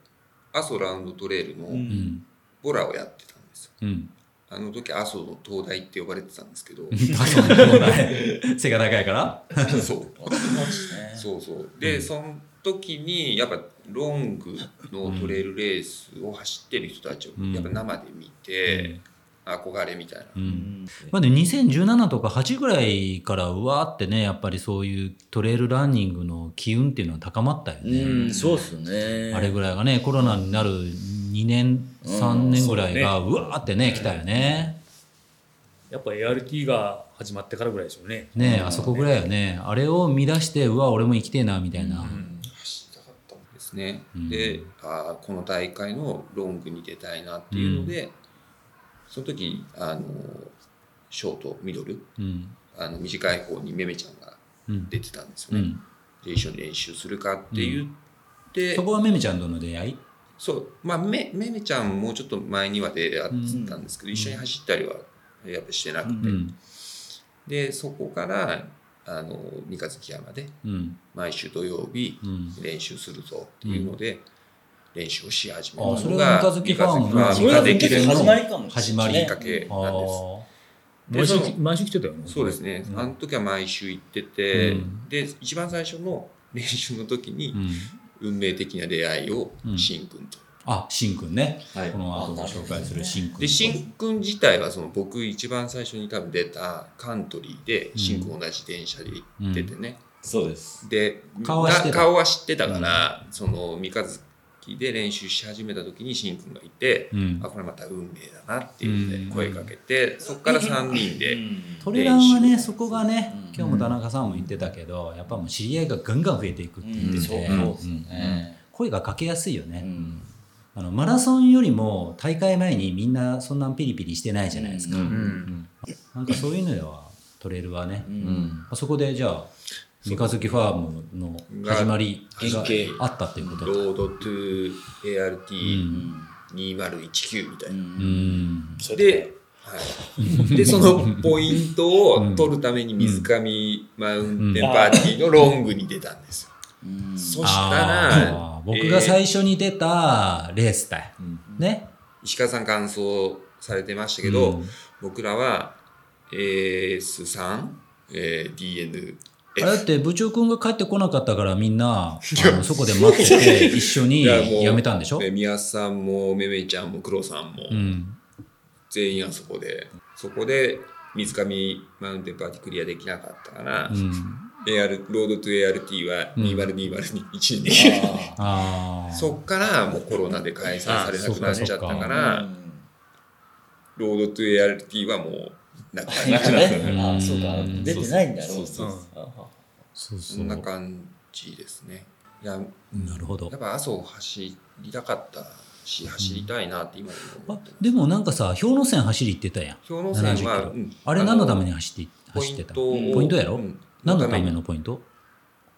阿蘇ラウンドトレイル
う。
の
う。うんん
ボラをやってたんですよ。
うん、
あの時阿蘇の灯台って呼ばれてたんですけど
あそうそうない背が高いから
そうそうそうで、その時にやっぱロングのトレイルレースを走ってる人たちを
うん
やっぱ生で見て、憧れみたいな、
うんまあ、でも2017とか8ぐらいからうわーってねやっぱりそういうトレイルランニングの機運っていうのは高まったよね、
うん、そうっすよね。
あれぐらいがねコロナになる2年3年ぐらいがうわーってね来たよね
やっぱ ART が始まってからぐらいでしょうね。
ねあそこぐらいよねあれを乱してうわ俺も生きてえなみたいな、
走りたかったんですね、
うん
であーこの大会のロングに出たいなっていうので、その時あのショートミドル
うん
あの短い方にめめちゃんが
うん
出てたんですよ
う
ね、
ん、
で一緒に練習するかって言って、
そこはめめちゃんとの出会い
そう、まあ、めめめちゃんもうちょっと前には出会ってたんですけど、一緒に走ったりはやっぱしてなくて、
うん
でそこからあの三日月山で
うん
毎週土曜日
うん
練習するぞっていうので練習をし始めた
あそ
の
れが
が
三日月ファン
が
が
三
そ
日
れが
月
結構始まりかもしれない
始まり
き
き
っ
っ
か
か
け
あ
なんです。
ー
で
毎
そ
週
の
毎週来てたよね。
そうですね、
うん
あの時は毎週行ってて、
うん
で一番最初の練習の時に
うん、
運命的な出会いを
うん
しんくんと
あしんくんね
はい
こ。の後ご紹介するしんくんと
で、しんくん自体はその僕一番最初に多分出たカントリーで、
ん
しんくん同じ電車で行っててね。
そうです。
で、
顔は知って
な
た
顔は知ってたから、その三日月で練習し始めた時にしんくんがいて、
うん
あ、これまた運命だなっていう
うん
ので声かけて、そこから3人で、
トレランは
練
ね
習
そこがね、
うん
今日も田中さんも言ってたけどやっぱもう知り合いがガンガン増えていくって言ってて、
うんそうそう
うん
ね
声がかけやすいよね、
うん
あのマラソンよりも大会前にみんなそんなんピリピリしてないじゃないですか、
うん
うん。
なんかそういうのではトレイルはね、
うん
あそこでじゃあ三日月ファームの始まり
が
があったっていうこと
ロ
だ
ードトゥ
う
ART2019
ん
みたい
う
な。
ん
で、はい、
(laughs)
でそのポイントを取るために水上マウンテンパーティーのロングに出たんですよ。
うん
そしたら、
あー僕が最初に出たレースだよ、
うん
ね
石川さん感想されてましたけど、
うん
僕らは AS3、えー DN、
あれだって部長君が帰ってこなかったからみんな、あのそこで待ってて一緒に辞めたんでしょ
ね宮さんもめめちゃんも黒さんも、
うん。
全員あそこで、そこで水上マウンテンパーティークリアできなかったから、
うん。
AR、ロードトゥ ART は2020に1年で
あ
あ
あ。
そっからもうコロナで開催されなくなっちゃったか
ー
ら、ロードトゥ ART はもうなくなっ
なんかね
うん
あそうか出てないんだろ
そうそう
そう
そ
そうんな
な感じですね。いや、
るほど
やっ。ぱ阿蘇を走りたかったし走りたいなって今でも思
あ
ってます
でもなんかさ兵庫線走り行ってたやん
氷ノ山
70
は、
キロ
うん
あれ何のために
あ
走って
ポ
走
イ
って
ン
た
トを
ポイントやろ
うん
何のためのポイント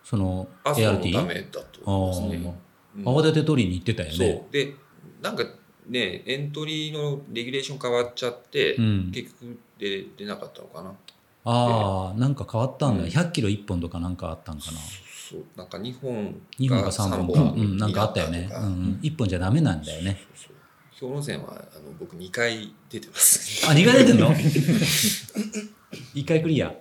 その
アソの
ART?
ためだと思いますね。うん
慌てて取りに行ってたよ
そう
ね。
でなんかねエントリーのレギュレーション変わっちゃって、
うん
結局出出なかったのかな
ああ、なんか変わったんだ。
うん
100キロ1本とかなんかあったんかな。
そうなんか2本
2本か3本か。うん、なんかあったよね。
に
う
な
ん
とか
うん、1本じゃダメなんだよね。
そうそう氷ノ山はあの僕2回出て (laughs) ます
あ、2回出てんの ?1 回クリア。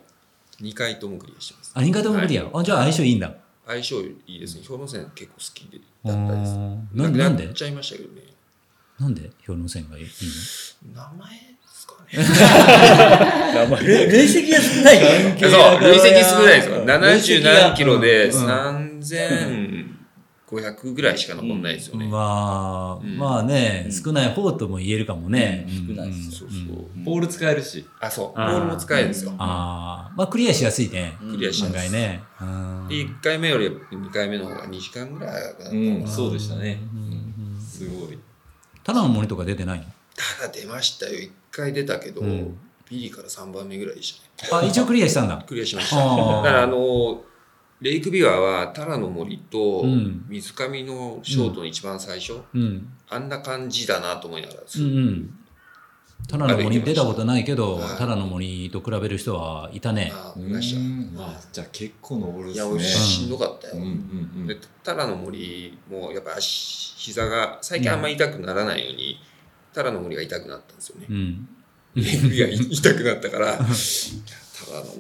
2回ともクリアしてます
あ、2回ともクリア。あ、じゃあ相性いいんだ。
相性いいですね氷ノ山結構好きで
あ
だったです
ーなんでなん
く
で
っちゃいましたけどね
なんで氷ノ線がいいの
名前ですか
(laughs)
ね
れ累積が少ない関係
そう累積少ないですよ70何キロで
うんうん
3500ぐらいしか残んないですよね、
まあ、
ん
まあね、
うん
少ない方とも言えるかもね。
うん少ないっすよ
そううんそう、
ボール使えるし。
あ、そう。ボ
あー
ールも使えるんですよ。
ああ、まあクリアしやすいね。
うん
クリアし
案
な
外
い。
ね。うん
で、1回目より2回目の方が2時間ぐらいかかったかな
うん、そうでしたね。
う
うんんすごい。
ただの森とか出てないの
ただ出ましたよ。1回出たけど、
うん
ビリから3番目ぐらいでしたね。
あ、一応クリアしたんだ。
クリアしました。
あ
だ
ー
から、あの、レイクビワは、タラの森と
うん
水上のショートの一番最初、
うん。
あんな感じだなと思いながら、
うんうん。ただの森出たことないけど
は、い
ただの森と比べる人はいたね。
あー
う
いました。
んあじゃあ結構登るっ
いや、
す
俺
ね。
しんどかったよ。
うんうんう
で
ん。
タラの森もやっぱ足膝が最近あんまり痛くならないように、タラの森が痛くなったんですよね
う。ん。
指が (laughs) 痛くなったから、ただの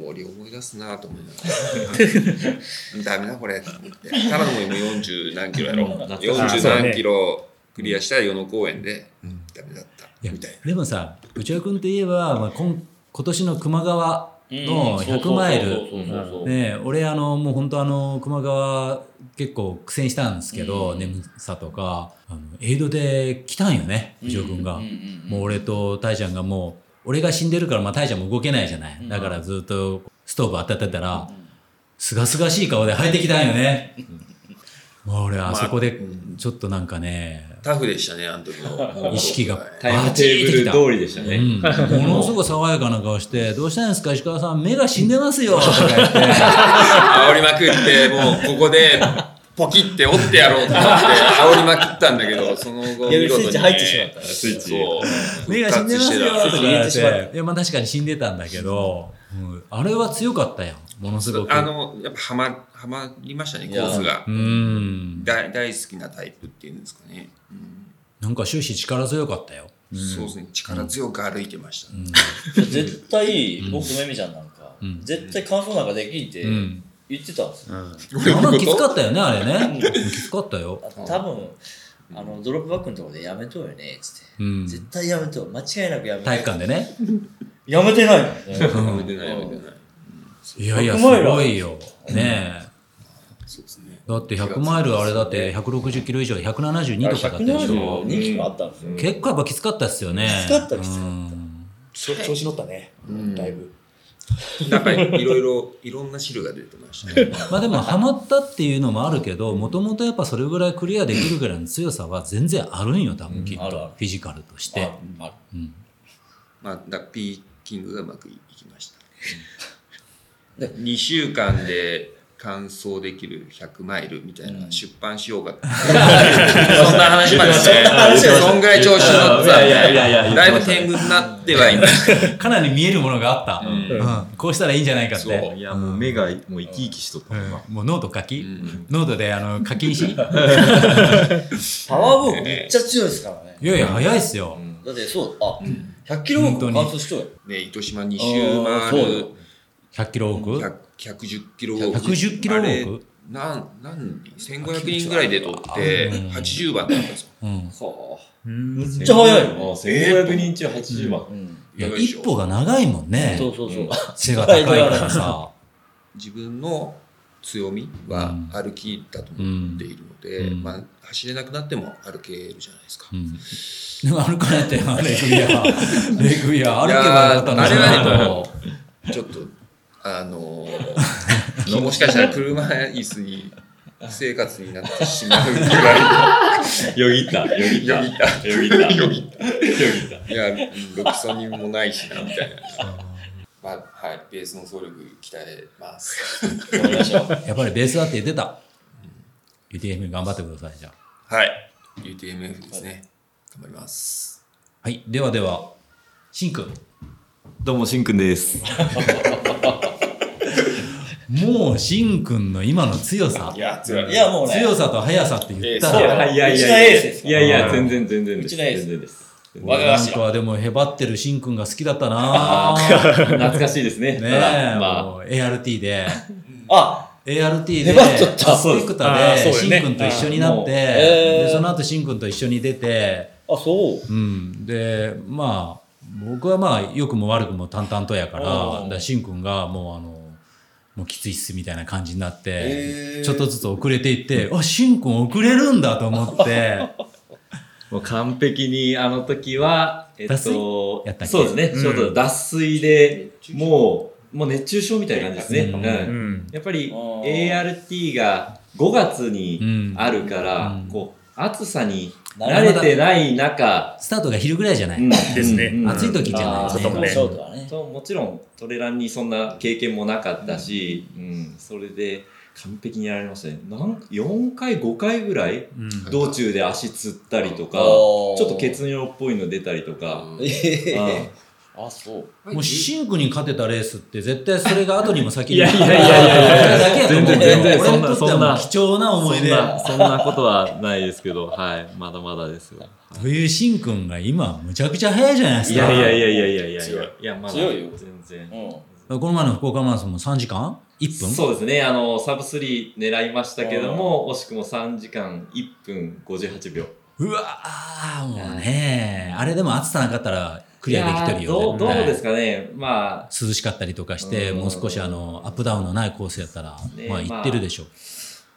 森思い出すなと思いながら、 (laughs) ダメだこれと思って、ただの森も40何キロやろ、40何キロクリアした与野公園で、うんダメだった
や
みたいな。
でもさ、内田君といえば、まあ、今今年の熊川の100マイル。ねえ、俺あのもう本当あの熊川結構苦戦したんですけど、
うん
眠さとかあのエイドで来たんよね藤尾君が、もう俺と大ちゃんがもう俺が死んでるからまあ大ちゃんも動けないじゃない、
うん
だからずっとストーブ当たってたらすがすがしい顔で入ってきたんよね、もう俺あそこでちょっとなんかね、
タフでしたね、あの時の。
(laughs) 意識が
タイムテーブル通りでしたね。
うん、ものすごい爽やかな顔して「どうしたんですか石川さん目が死んでますよ」とか言って。
煽りまくって、もうここで、ポキって折ってやろうと思って、煽りまくったんだけ
(laughs)
ど、その後、
やべスイッチ入ってしまった
スイッチ。
目が死んでますよとか言っ
言っててしまった
いやまあ確かに死んでたんだけど、うんあれは強かったやんものすごく
あの、やっぱはま、はまりましたね、コースが
う。ん
大大好きなタイプっていうんですかね、うん
なんか終始力強かったよ、
そうですね力強く歩いてました、 (laughs) ね
絶対、僕とめみちゃんなんか、絶対感想なんかできんって
うん、
言ってたんですよ。
あのきつかったよねあれねきつかったよ、
多分、あの、ドロップバックのところでやめとうよね、つって。
うん、
絶対やめとう。間違いなくやめとう。
体育館でね
やめてないの。
やめてないやめてない
いやいやす
100マイル
ごいよねえ
そうですね
だって100マイルあれだって160キロ以上172とかだったでしょ
172キロあったんですよ。
結構やっぱきつかったっすよね
きつかったきつかった
うん
ちょ調子乗ったね、だいぶ。
なんかいろいろいろんな汁が出てましたね
(laughs) まあでもハマったっていうのもあるけどもともとやっぱそれぐらいクリアできるぐらいの強さは全然あるんよ多分きっと、
あるある
フィジカルとして、
ああ
うん、
まあだピーキングがうまくいきました、ね、2週間で完走できる100マイルみたいな出版しようかって、そんな話までしてそんぐらい調子乗ってたん
いやいやいやい
で
や
だいぶ天狗になってはいました
かなり見えるものがあった、
ん
うんこうしたらいいんじゃないかっ
そ
て
いや、もう目がもう生き生きしとった
う
もん
ん
な。
もうノート書き、
ん
ノートであの課金しい
パワーボークめっちゃ強いですからね。
やいや早いっすよ、
だってそう、あ、100キロ
本当
も
に
完走しとうよ。
ね糸島2周
あーそう
回
よ
る
100キロ多く、
100 110キロウォーク
110キロウォーク
あれなん何人1500人ぐらいで取って80番だったんですよ
うん、
うん
めっちゃ速いよ。
あ、1500人中80万。
うん
いや
やばいっし
一
ょ
歩が長いもんね
そうそうそう。
背が高いからさ、
自分の強みは歩きだと思っているので、
うん
まあ、走れなくなっても歩けるじゃないですか、
うん、でも歩かないとよレグビアレグビア歩けばよかったんだけ
いやーあれはね
ど
(laughs) ちょっとあのーもしかしたら車椅子に生活になってしまうぐら
よぎった。よぎ
い、
っ
よ
た。
ぎった。
よぎった。
よ
よ
ぎ
ぎ
っ
った。
いや、うんろくそにもないしな、みたいな。まあ、はい、ベースの総力鍛えます。
頑張りましょう。
やっぱりベースだって言ってた。UTM 頑張ってください、じゃあ。
はい。UTMF ですね。頑張ります。
はい、ではでは、しんくん。
どうも、しんくんです。
もうしんくんの今の強さ
い、や、辛い。
いや、もうね、
強さと速さって言った
ええ
ら、
はい、いやいや
うちのエースです
いやいや、全然、全然です。
うちのエース
全然です。
我
な
が
ん
頭。
かでもへばってるしんくんが好きだ
(laughs)
ったなぁ。
懐かしいですね。
ね
ただ
え、
まあ、
もう ART で、
あ、
ART で、
へばっちゃった
アスペクタ
あー
で
そう
し
よね
んくんと一緒になって、
あーもうえー
でその後しんくんと一緒に出て、
あ、そう。
うん、でまあ僕はまあ良くも悪くも淡々とやからだ
おう
からしんくんがもうあのもうきついっすみたいな感じになって、
へー
ちょっとずつ遅れていってあしんくん遅れるんだと思って
(laughs) もう完璧にあの時は、えっ
脱水
と
やったっけ、
そうですね、
うん
ちょうど脱水で、もう、もう熱中症みたいな感じですね。
うん
うん
うん。
やっぱり
あー
ART が5月にあるから、
うん
こう暑さに
な
慣
る
れ
ほど
てない中、
スタートが昼ぐらいじゃない、
うん
ですね
うん
暑い時じゃない
あ
で
ー
す
ちょっと
ね
ね
ショートはね。
そうもちろんトレランにそんな経験もなかったし、うんそれで完璧にやられましたねなん4回5回ぐらい
うん
道中で足つったりとかち
お
ょ
ー
っと血尿っぽいの出たりとか、
うん
えへへ
うん
へあ、そう。
もうシンクに勝てたレースって絶対それが後にも先に
(laughs) いやいやいやいやいや
それだけやと思う
全然全
俺にと
然
っては
そんな
もう貴重な思い出
そんなことはないですけど、はい、まだまだですよ。
というしんくんが今むちゃくちゃ速いじゃないです
い
か
やいやいやいやいやいや
強い
いや、まだ
強いよ
全然。
う
この前の福岡マラソンも3時間 ?1 分
そうですね、あの、サブ3狙いましたけども、惜しくも3時間1分58秒。
うわーもうねあれでも暑さなかったらクリアできてる
いや
よ
ーどう
ね
どうですかね、まあ、
涼しかったりとかして
うん
もう少しあのアップダウンのないコースやったら
ね
まあ行ってるでしょう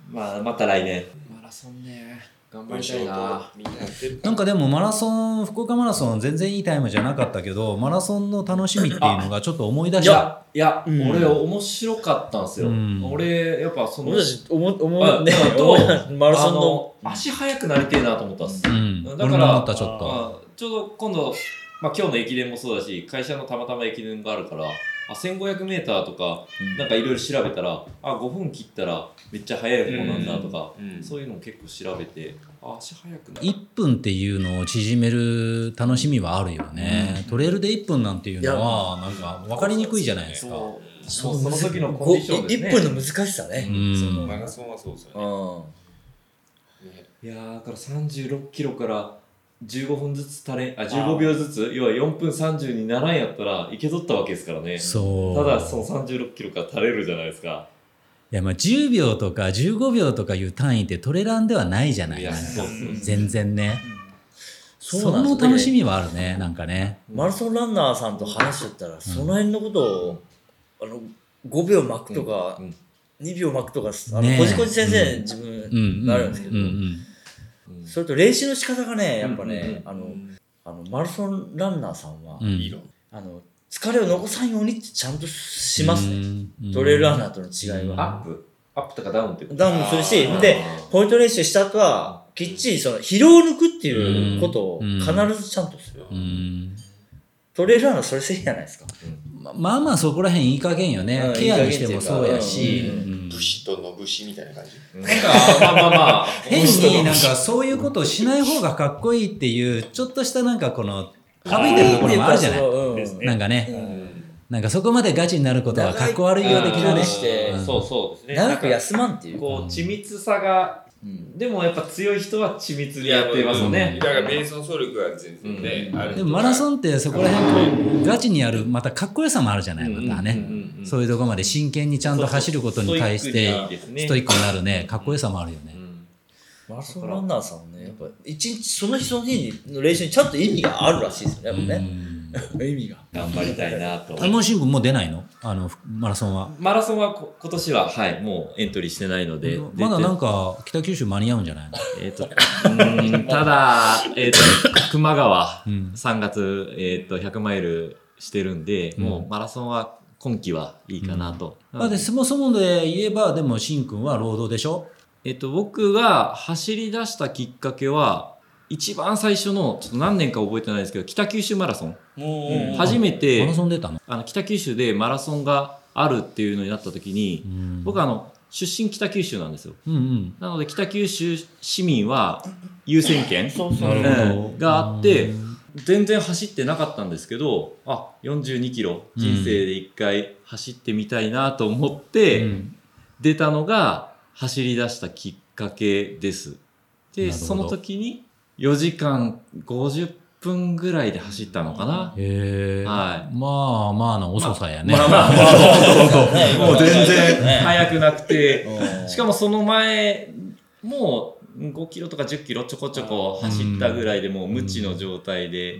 まあ、また来年。
ん。マラソンね。
頑
文章とみんなやってる
なんかでもマラソン福岡マラソン全然いいタイムじゃなかったけどマラソンの楽しみっていうのがちょっと思い出
い
した
や、いや、
うん
俺、面白かったんですよ。
うん
俺、やっぱその、
俺たち、思う、思
あ
うね
あ。と
俺ら (laughs) マラソンの。
あの足速くなりてえなと思ったんです。
うん
だから
俺も思ったちょっと
まあ、ちょうど今度、まあ、今日の駅伝もそうだし会社のたまたま駅伝があるからあ 1500m とかなんかいろいろ調べたらあ5分切ったらめっちゃ速い方なんだとか、
うん
そういうのも結構調べてあ足速くなる
1分っていうのを縮める楽しみはあるよねトレイルで1分なんていうのはなんか分かりにくいじゃないですか
そうそうその時のコン
こ
ディション
一
ですね
分の難しさね
う。
そうマ
ん
ラソンはそうですよ
う
ね。
ん。
ね
いやーだから36キロから15分ずつ足れあ15秒ずつ要は4分30にならんやったらいけとったわけですからね
そう
ただその36キロから垂れるじゃないですか
いやまあ10秒とか15秒とかいう単位ってトレランではないじゃないい
や
なんか
そうそうそう
全然ねそ
そうなんです
の
よ
楽しみはあるねなんかね
マラソンランナーさんと話してたら、その辺のことを、あの、5秒巻くとか、
うんうん
2秒巻くとか、あ
ね
の、
え
こじこじ先生、
うん
自
うん
分、
うん
なるんですけど
うんうん
うん
それと練習の仕方がね、やっぱね、
うん
あの、あの、マラソンランナーさんは、
うん
いいの。
あの、疲れを残さんようにってちゃんとしますね。
うん
トレイルランナーとの違い
うん
は。
アップアップとかダウンってこと
ダウンもするし
あー
でポイント練習した後は、きっちりその疲労を抜くっていうことを
うん
必ずちゃんとする。
うん
トレイルランナーそれせいじゃないですか。
ままあまあそこら辺いい加減よね
うん
ケアにしてもそうやし
いい加減って
うん
武士との武士みたいな感じ。
なんかまあまあまあ
変になんかそういうことをしない方がかっこいいっていうちょっとしたなんかこの省いてるところもあるじゃない
うん
ですね
なんか
う
ね
ん
なんかそこまでガチになることはかっこ悪いようできる
長
ね
いして
うん
そうそうですね
長く休まんっていう。
こう緻密さが
うん
でもやっぱ強い人は緻密にやってますよね
だからベースの総力が全然ね、
うん
ある
でもマラソ
ン
ンってそこら辺こうガチにやるまたかっこよさもあるじゃないまたねそういうとこまで真剣にちゃんと走ることに対してス
ス
トイッ
ク
クになるねかっこよさもあるよね
マラソンランナーさんはね、やっぱ一日その日その日の練習にちゃんと意味があるらしいですよね、やっぱね。意味が。
頑張りたいなと
うんもう新聞もう出ないのあのマラソンは
マラソンはこ今年ははいもうエントリーしてないので
まだなん
か
か北九州間に合うん (laughs) じゃないの
えっとうーんただえっと熊川
うん
3月、えー、と100マイルしてるんで、
うん
もうマラソンは今季はいいかなと。
まあでそもそもで言えばでもしんくんは労働でしょ
えっと、僕が走り出したきっかけは、一番最初の、ちょっと何年か覚えてないですけど、北九州マラソン。
も
初め
マラ
て、
ソン出たの、
あの、北九州でマラソンがあるっていうのになった時に、僕はあの、出身北九州なんですよ。
うんうん
なので、北九州市民は優先権
そうそう
なるほ
うんがあって、全然走ってなかったんですけど、あ、42キロ、人生で一回走ってみたいなと思っ
う
て、
ん
出たのが走り出したきっかけです。
な
で、
るほど
その時に4時間50分ぐらいで走ったのかな。
へえ、
は
まあまあな遅さやね、
もう全然
早くなくて、しか
も
もその前も5キロとか10キロちょこちょこ走ったぐらいでもう無知の状態で、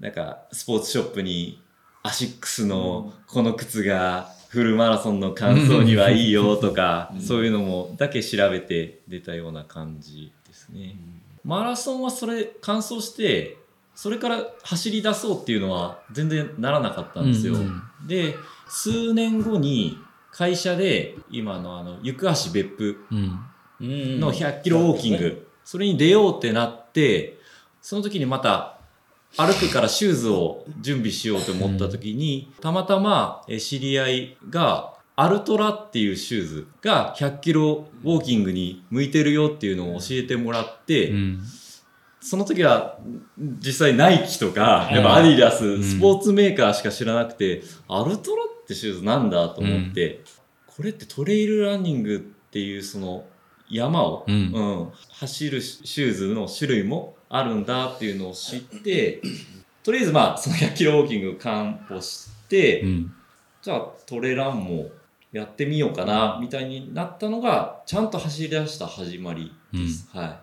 なんかスポーツショップにアシックスのこの靴がフルマラソンの感想にはいいよとか、そういうのもだけ調べて出たような感じですね。マラソンはそれ完走してそれから走り出そうっていうのは全然ならなかったんですよ。
うんうん
で数年後に会社で今のあの行橋別府
うん
の100キロウォーキング、それに出ようってなってその時にまた歩くからシューズを準備しようと思った時に、たまたまえ知り合いがアルトラっていうシューズが100キロウォーキングに向いてるよっていうのを教えてもらって、
うん
その時は実際ナイキとか、
うん
やっぱアディダス、
ん
スポーツメーカーしか知らなくて、アルトラってシューズなんだと思って、これってトレイルランニングっていうその山を、
うん
うん走るシューズの種類もあるんだっていうのを知って、とりあえずまあその100キロウォーキング完歩して、
うん
じゃあトレランもやってみようかなみたいになったのがちゃんと走り出した始まりです。は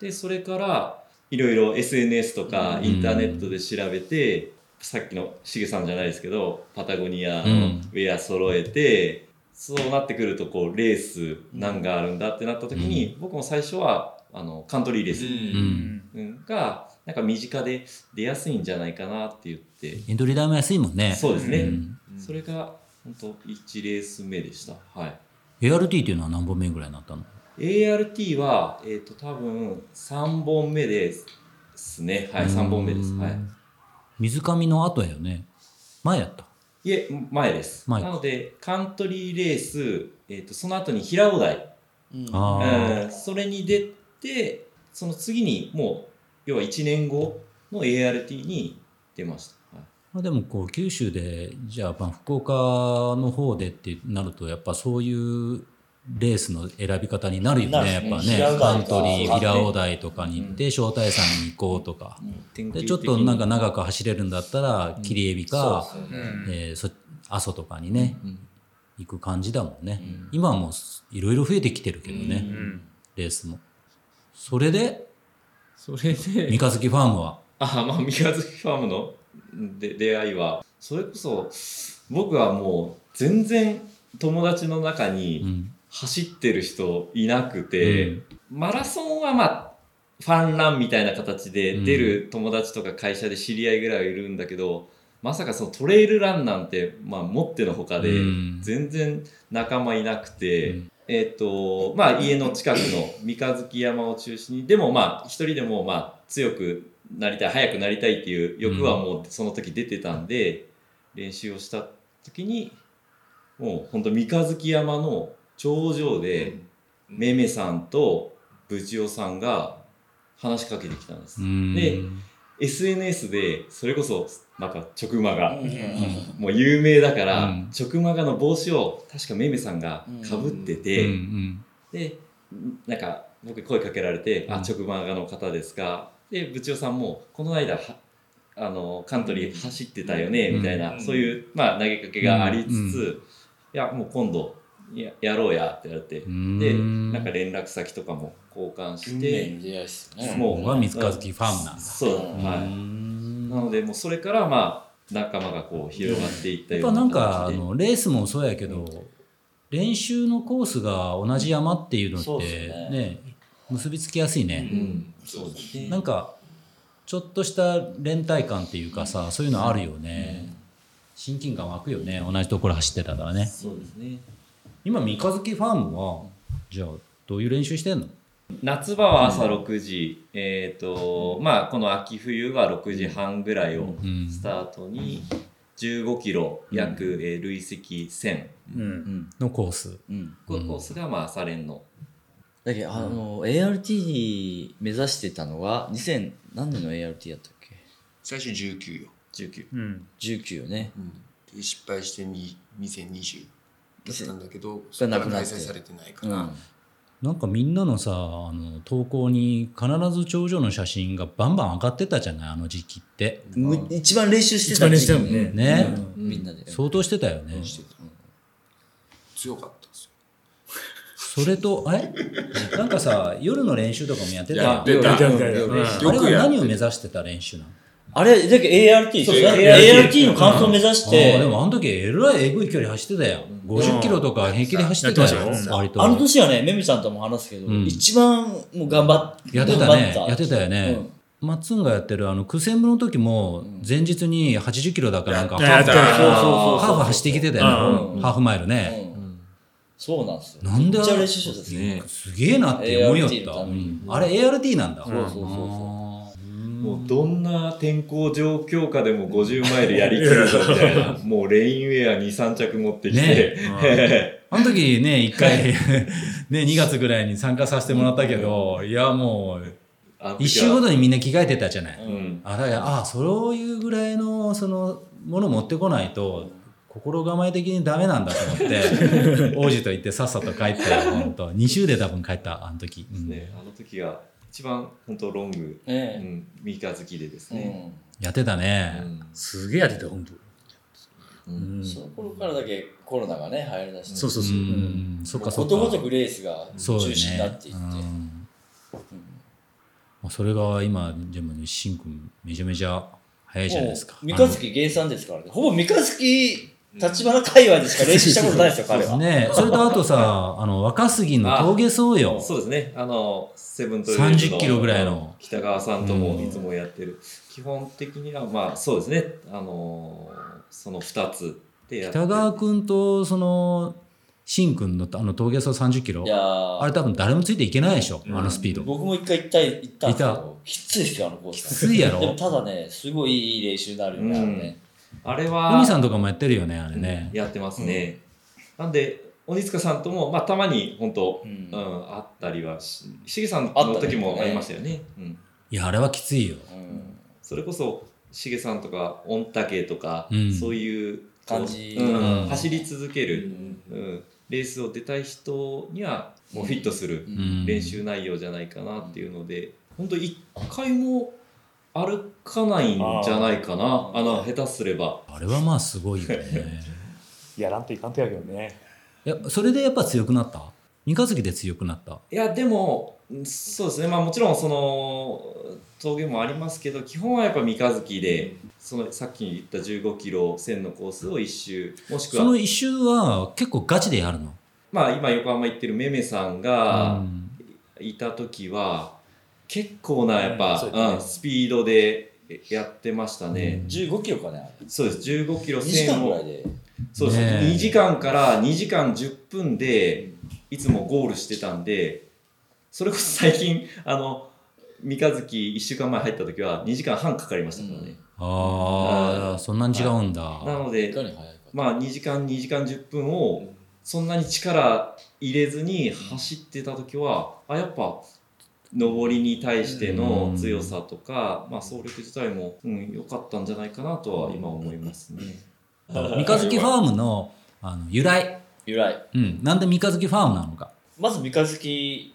い、でそれからいろいろ SNS とか
うん
インターネットで調べて、さっきのしげさんじゃないですけどパタゴニアのウ
うん
ェア揃えて、そうなってくるとこうレース何があるんだってなった時に、僕も最初はあのカントリーレース
うん
うんがなんか身近で出やすいんじゃないかなって言って、
エントリー代も安いもんね
そうですね。
うん
それが本当1レース目でした。はい。
ART っていうのは何本目ぐらいになったの
ART は、えっ、と、多分3本目ですね。はい、3本目です。はい。
水上の後やよね前やった
いえ、前です。
前
なので、カントリーレース、えっ、と、その後に平尾台、
あー
うん、それに出て、その次にもう、要は1年後の ART に出ました。はい
まあ、でもこう九州でじゃあまあ福岡の方でってなるとやっぱそういうレースの選び方になるよ
なる
ねやっ
ね
ぱ
平尾台
ねカントリ
とか
ー平尾台とかに行って招待さんに行こうとか
典型
で
的に
ちょっとなんか長く走れるんだったら切エビか
そうですね
えーそ阿蘇とかにね
うん
行く感じだもんね
うん
今はもういろいろ増えてきてるけどね
うん
レースもそれで
それで、
三日月ファームは
あまあ、三日月ファームので出会いは、それこそ、僕はもう全然友達の中
う
に
ん
走ってる人いなくて、
うん
マラソンはまあ、ファンランみたいな形で
うん
出る友達とか会社で知り合いぐらいはいるんだけど、まさかそのトレイルランなんて、まあ、持ってのほかで
うん
全然仲間いなくて、
うん
えっ、とまあ家の近くの三日月山を中心にでもまあ一人でもまあ強くなりたい早くなりたいっていう欲はもうその時出てたんで、練習をした時にもう本当三日月山の頂上で、めめさんとぶちおさんが話しかけてきたんです。
うん
で SNS でそれこそまた直馬が、もう有名だから、
うん
直馬がの帽子を確かめめさんがかぶってて、
うん
でなんか僕声かけられて「
う
あ
ん
直馬がの方ですか?」で部長さんも「この間はあのカントリー走ってたよね」
うん
みたいな、そういう、まあ、投げかけがありつつ
うん
「いやもう今度ややろうや」って言われて
う。ん
で
うん
なんか連絡先とかも交換し
運命
て、
に出会いっすね
も
僕は三日月ファームなんだ
そうだ、はい、なのでもうそれからまあ仲間がこう広がっていった
やっ
よ
ぱ
うな
なん
感
かあ
じで。
のレースもそうやけど、練習のコースが同じ山っていうのっ
そう
て
です
ね
ね
結びつきやすいね、
うん、そうですね。
なんかちょっとした連帯感っていうかさそういうのあるよね、親近感湧くよね同じところ走ってたからね
そうですね。
今三日月ファームはじゃあどういう練習してんの
夏場は朝6時、えっ、と、まあ、この秋冬は6時半ぐらいを
うん
スタートに、15キロ約、えー累積1000。
うん。
のコース。
うん
このコースが、まあ、朝練の。
だけど、あの、ART に目指してたのは、2000、何年の ART やったっけ
最初19よ、
19。
うん。
?19 よね。
で失敗してに2020だったんだけどそ
が
れ
な
か
く
ら
なっ
開
て
催されてないか
う
ら、
ん。
なんかみんなのさあの投稿に必ず頂上の写真がバンバン上がってたじゃないあの時期って
む一番練習して
一
た
番練
時
習
期
したもんね。
ね、
うんみんなで。
相当してたよね、
してた強かったですよ
それとあれ (laughs) なんかさ夜の練習とかもやってた
や
よ
っ
ね
て
み
た
た
よ
いな。うん
あれは
よくやって
何を
る
目指してた練習なの
あれ、だけど ART
そう
でしょ
ART
?ART の感想を目指し
あ
て
ーで、もあの時えらいエグい距離走ってたよ50キロとか平気で走ってた
や
よ
ってました
よ
割と
あの年はね、めみちゃんとも話すけど、
うん
一番もう頑張っ
やってた
頑張
ねやってたよね、マッツンがやってるあのクセンブの時も前日に80キロだからなんかハー
やっ
フ
て
そう
た
そうそう
ハーフ走ってきてたよね、
うん
ハーフマイルね、
うんそうなんですよ。
なんで
めっちゃ練習してたんですよ
ね。
すげえなって思いよった
ART のために
うんあれ ART なんだ
そうそう
そう
あーうん
もうどんな天候状況下でも50マイルやりきるぞみたい
(laughs)
な。もうレインウェア2、3着持ってきて。
あの時ね一回ね2月ぐらいに参加させてもらったけどいやもう
あ
一周ごとにみんな着替えてたじゃな
う
い
ん。
あだからあそういうぐらいのそのもの持ってこないと心構え的にダメなんだと思って王子と行ってさっさと帰ったよ本当2週で多分帰ったあの時、うん
ね、あの時が一番本当ロング、う
ね
ん、三日月でです
え
ね。
やってた
う
ね、
ん
すげえやってた、本当。
うん
うん。その頃からだけコロナがね、流行りだして。
そうそう
う
そう。
んそっかそ
こ
っか
とごとくレースが
そ
中
うよね
止になっていって。
うんまあそれが今でもねしんくんめちゃめちゃ早いじゃないですか
もう三日月原産ですからね。ほぼ三日月立花界隈でしか練習したことないですよ、
あの
彼は。
ねそれとあとさあの若杉の峠総よ
そうですね。あの、セブントイレブ
30
ン
キロぐらいの
北川さんともいつもやってる。基本的には、まあそうですね。あのー、その二つでやって
北川君とそのしんくんのあの峠総30キロ
いや
あれ
ー、
多分誰もついていけないでしょ、
うん
あのスピード
僕も一回行った、行ったんですけど、きついですよ、あのコース。
きついやろ
でもただね、すごいいい練習になるよね、あれね。
あれは、
海さんとかもやってるよねあれね、
やってますね。なんで、鬼塚さんとも、まあたまに本当、
うん
うん、あったりはし、しげさんの時もありましたよね。うん。
いやあれはきついよ
うん
それこそ、しげさんとか、御嶽とか、
うん
そういうこう
感じ
うん
うん
走り続け
う
る、
ん
うん、レースを出たい人にはもうフィットする
うん
練習内容じゃないかなっていうので、本当一回も歩かないんじゃないかなあの下手すれば
あれはまあすごいよね (laughs)
やらんといかんとやけどね。
いやそれでやっぱ強くなった三日月で強くなった
いやでもうんそうですねまあもちろんその峠もありますけど基本はやっぱ三日月でそのさっき言った1 5キロ線のコースを一周もしく
その
は
一周は結構ガチでやるの
まあ今横浜行ってるめめさんが、
うん
いた時は結構なやっ
うん
ぱ、
そううですね
んスピードでやってましたね、
15キロかね、あれ。
そうです15キロ
2時間
線
ぐら
を
いで。
そうです、
ねえ
2時間から2時間10分でいつもゴールしてたんでそれこそ最近あの三日月1週間前入った時は2時間半かかりましたからね、
あ
う
あ
ん
そんなに違うんだ
なの
い
で
かに速いか。
まあ2時間2時間10分をそんなに力入れずに走ってた時はあやっぱ上りに対しての強さとか、まあ、走力自体も良、うん、良かったんじゃないかなとは今思いますね。
三日月ファームのあの由来、
由来。
うん、なんで三日月ファームなのか
まず三日月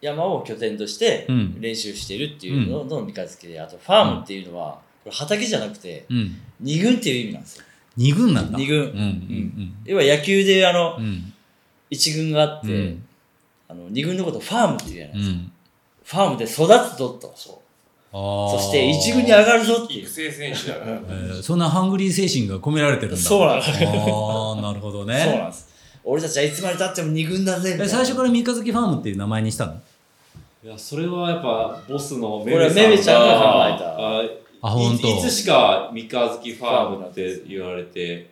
山を拠点として
うん
練習してるっていうのの三日月で、あとファームっていうのは、これ畑じゃなくて、
うん
二軍っていう意味なんですよ。
二軍なんだ
二
うん
軍。
うん
要は野球であの
うんう、ん
一軍があって、
うん
あの二軍のことをファームって言うじゃな
う
いですか。
ん
ファームで育つぞと。そ
そ
して一軍に上がるぞってい
育
う。
成選手だから
えーそんなハングリー精神が込められてるんだ
そうなんです。
ああなるほど
(laughs) そう
ね
なんです。俺たちはいつまでたっても二軍だぜみた
え
いな。
最初から三日月ファームっていう名前にしたの
いやそれはやっぱボスの
めめさんがこれはめめちゃんが
考え
あ本当
しか三日月ファームって言われて、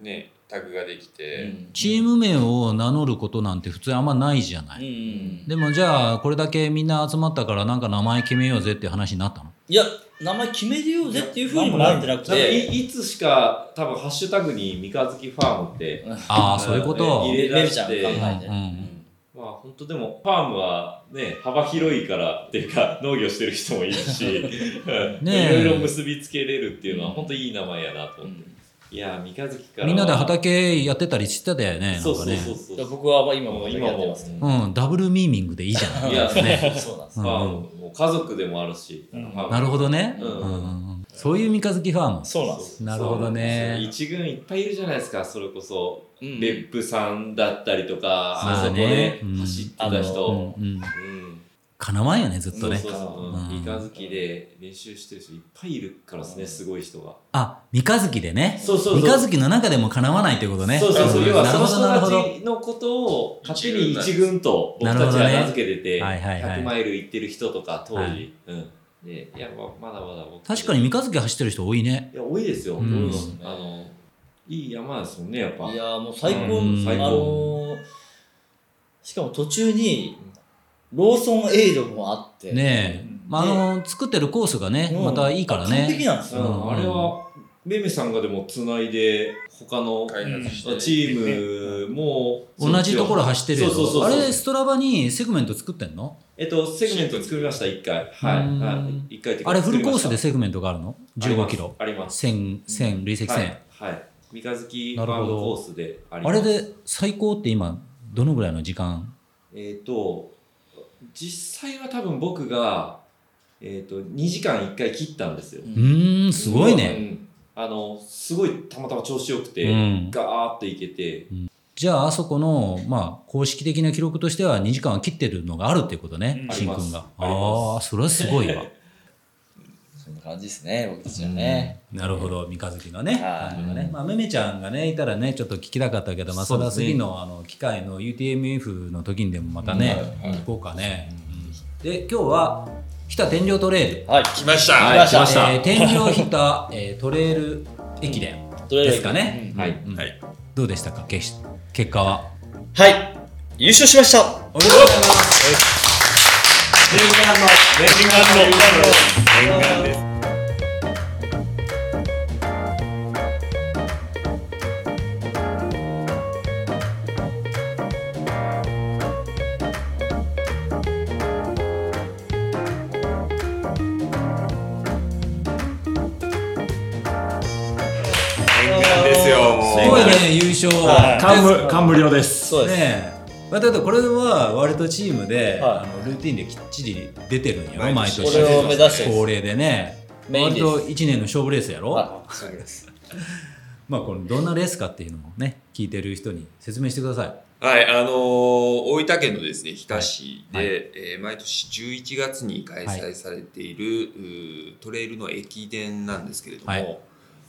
ねタグができて、
チーム名を名乗ることなんて普通あんまないじゃない、
うん
でもじゃあこれだけみんな集まったからなんか名前決めようぜっていう話になったの
いや、名前決めるようぜっていうふうにもなってなく
なんか
て、
いいつしか多分ハッシュタグに三日月ファームって、
ああそういうこと
入
レ
れ出
ベ
し
ちゃん考
て
えて。
うんうん
まあ本当でもファームはね幅広いからってい
(laughs)
うか農業してる人もいるし、うん
ね
い
え
ろいろ結びつけれるっていうのは本当いい名前やなと
う
思って、
ん
いやー三日月からは
みんなで畑やってたりしてたよねなん
そう
か
そう
ね
そうそう、
だから僕は今も
もう
今
今
やって
も
ますけど。
うんダブルミーミングでいいじゃん
いやね
(laughs) そうなんです
ファームも家族でもあるし、ファーム
なるほどね、
う
う
ん
んうんうんそういう三日月ファーム
そうなんです。
なるほどね
そう一軍いっぱいいるじゃないですかそれこそ
うん
別府さんだったりとか、
そう
あそこ
ね
で走ってた人、
うんうん
うん
かなわんよねずっと
そう
ね
そうそう、
うん
三日月で練習してる人いっぱいいるからですね、すごい人が。
あ三日月でね
そうそうそう
三日月の中でもかなわないってことね
そうそうそう、
ん
要はその
なるほどなるほ
人たちのことを勝手に一軍と僕たちは名付けてて、
なるほどねはいはいはい
100マイル行ってる人とか当時、
はい
うん、でいやままだまだ僕
ど確かに三日月走ってる人多いね
いや多いですよ、
うん
多いですあのいい山ですもんねやっぱ
いやーもう最高、
うん
あ
最高
のーしかも途中にローソンエイドもあって、
ねえ、まあ、あの作ってるコースがね
うん
またいいから
完璧
ね
なんです
う
よ、
んあれはめめさんがでもつないで他の
開発して、
チームも
同じところ走ってるやつ
そうそうそう
あ
そう
れストラバにセグメント作ってんの
えっと、セグメント作りました、1回。
うーん
はい。一回というか
あれフルコースで
作
セグメントがあるの
り
1
ま
5
す
キロ
あります。
1000 1000累積1000、
はい。はい三日月フ
な
ァ
る
ー
ほ
ム
ど
コースであり
あ
ます。
れで最高って今どのぐらいの時間
えっと、実際は多分僕が、えっと、2時間1回切ったんですよ。
うーんすごいね、
うん。あの、すごいたまたま調子よくて、
うん
ガーッといけて、
じゃああそこの、まあ、公式的な記録としては2時間は切ってるのがあるっていうことね、
うん
しんくんが
あり
あ
ます
あそれはすごいわ
そんな感じですね僕たちはね、
なるほど三日月のね
はい
感じがねまあめめちゃんがねいたらねちょっと聞きたかったけど、まあ、それは次の,、あの機会の UTMF の時にでもまたね、聞こうかね、うんで今日は日田天領トレイル
はい
来ました、
はい来ました
えー天領日田、えートレイル駅伝
とりあえ
で
ず
すかね、
うん
うん
はい
うん
はい
どうでしたかけし結果は
はい優勝しました
おめでとうございます
念願ですよもう
すごいね優勝
はい
で
無感無量です。
そうです、
ねえ、まあ、だってこれは割とチームで、
は
あ
い
のルーティンできっちり出てるんよ毎
毎年
年
これを目指してる
恒例でね
メイン
割
です
と1年の勝負レースやろ、
はいそうです
まあこのどんなレースかっていうのもね聞いてる人に説明してください
はい、あのー大分県のですね、日田市で、
はい
えー毎年11月に開催されている、うートレイルの駅伝なんですけれども、
はい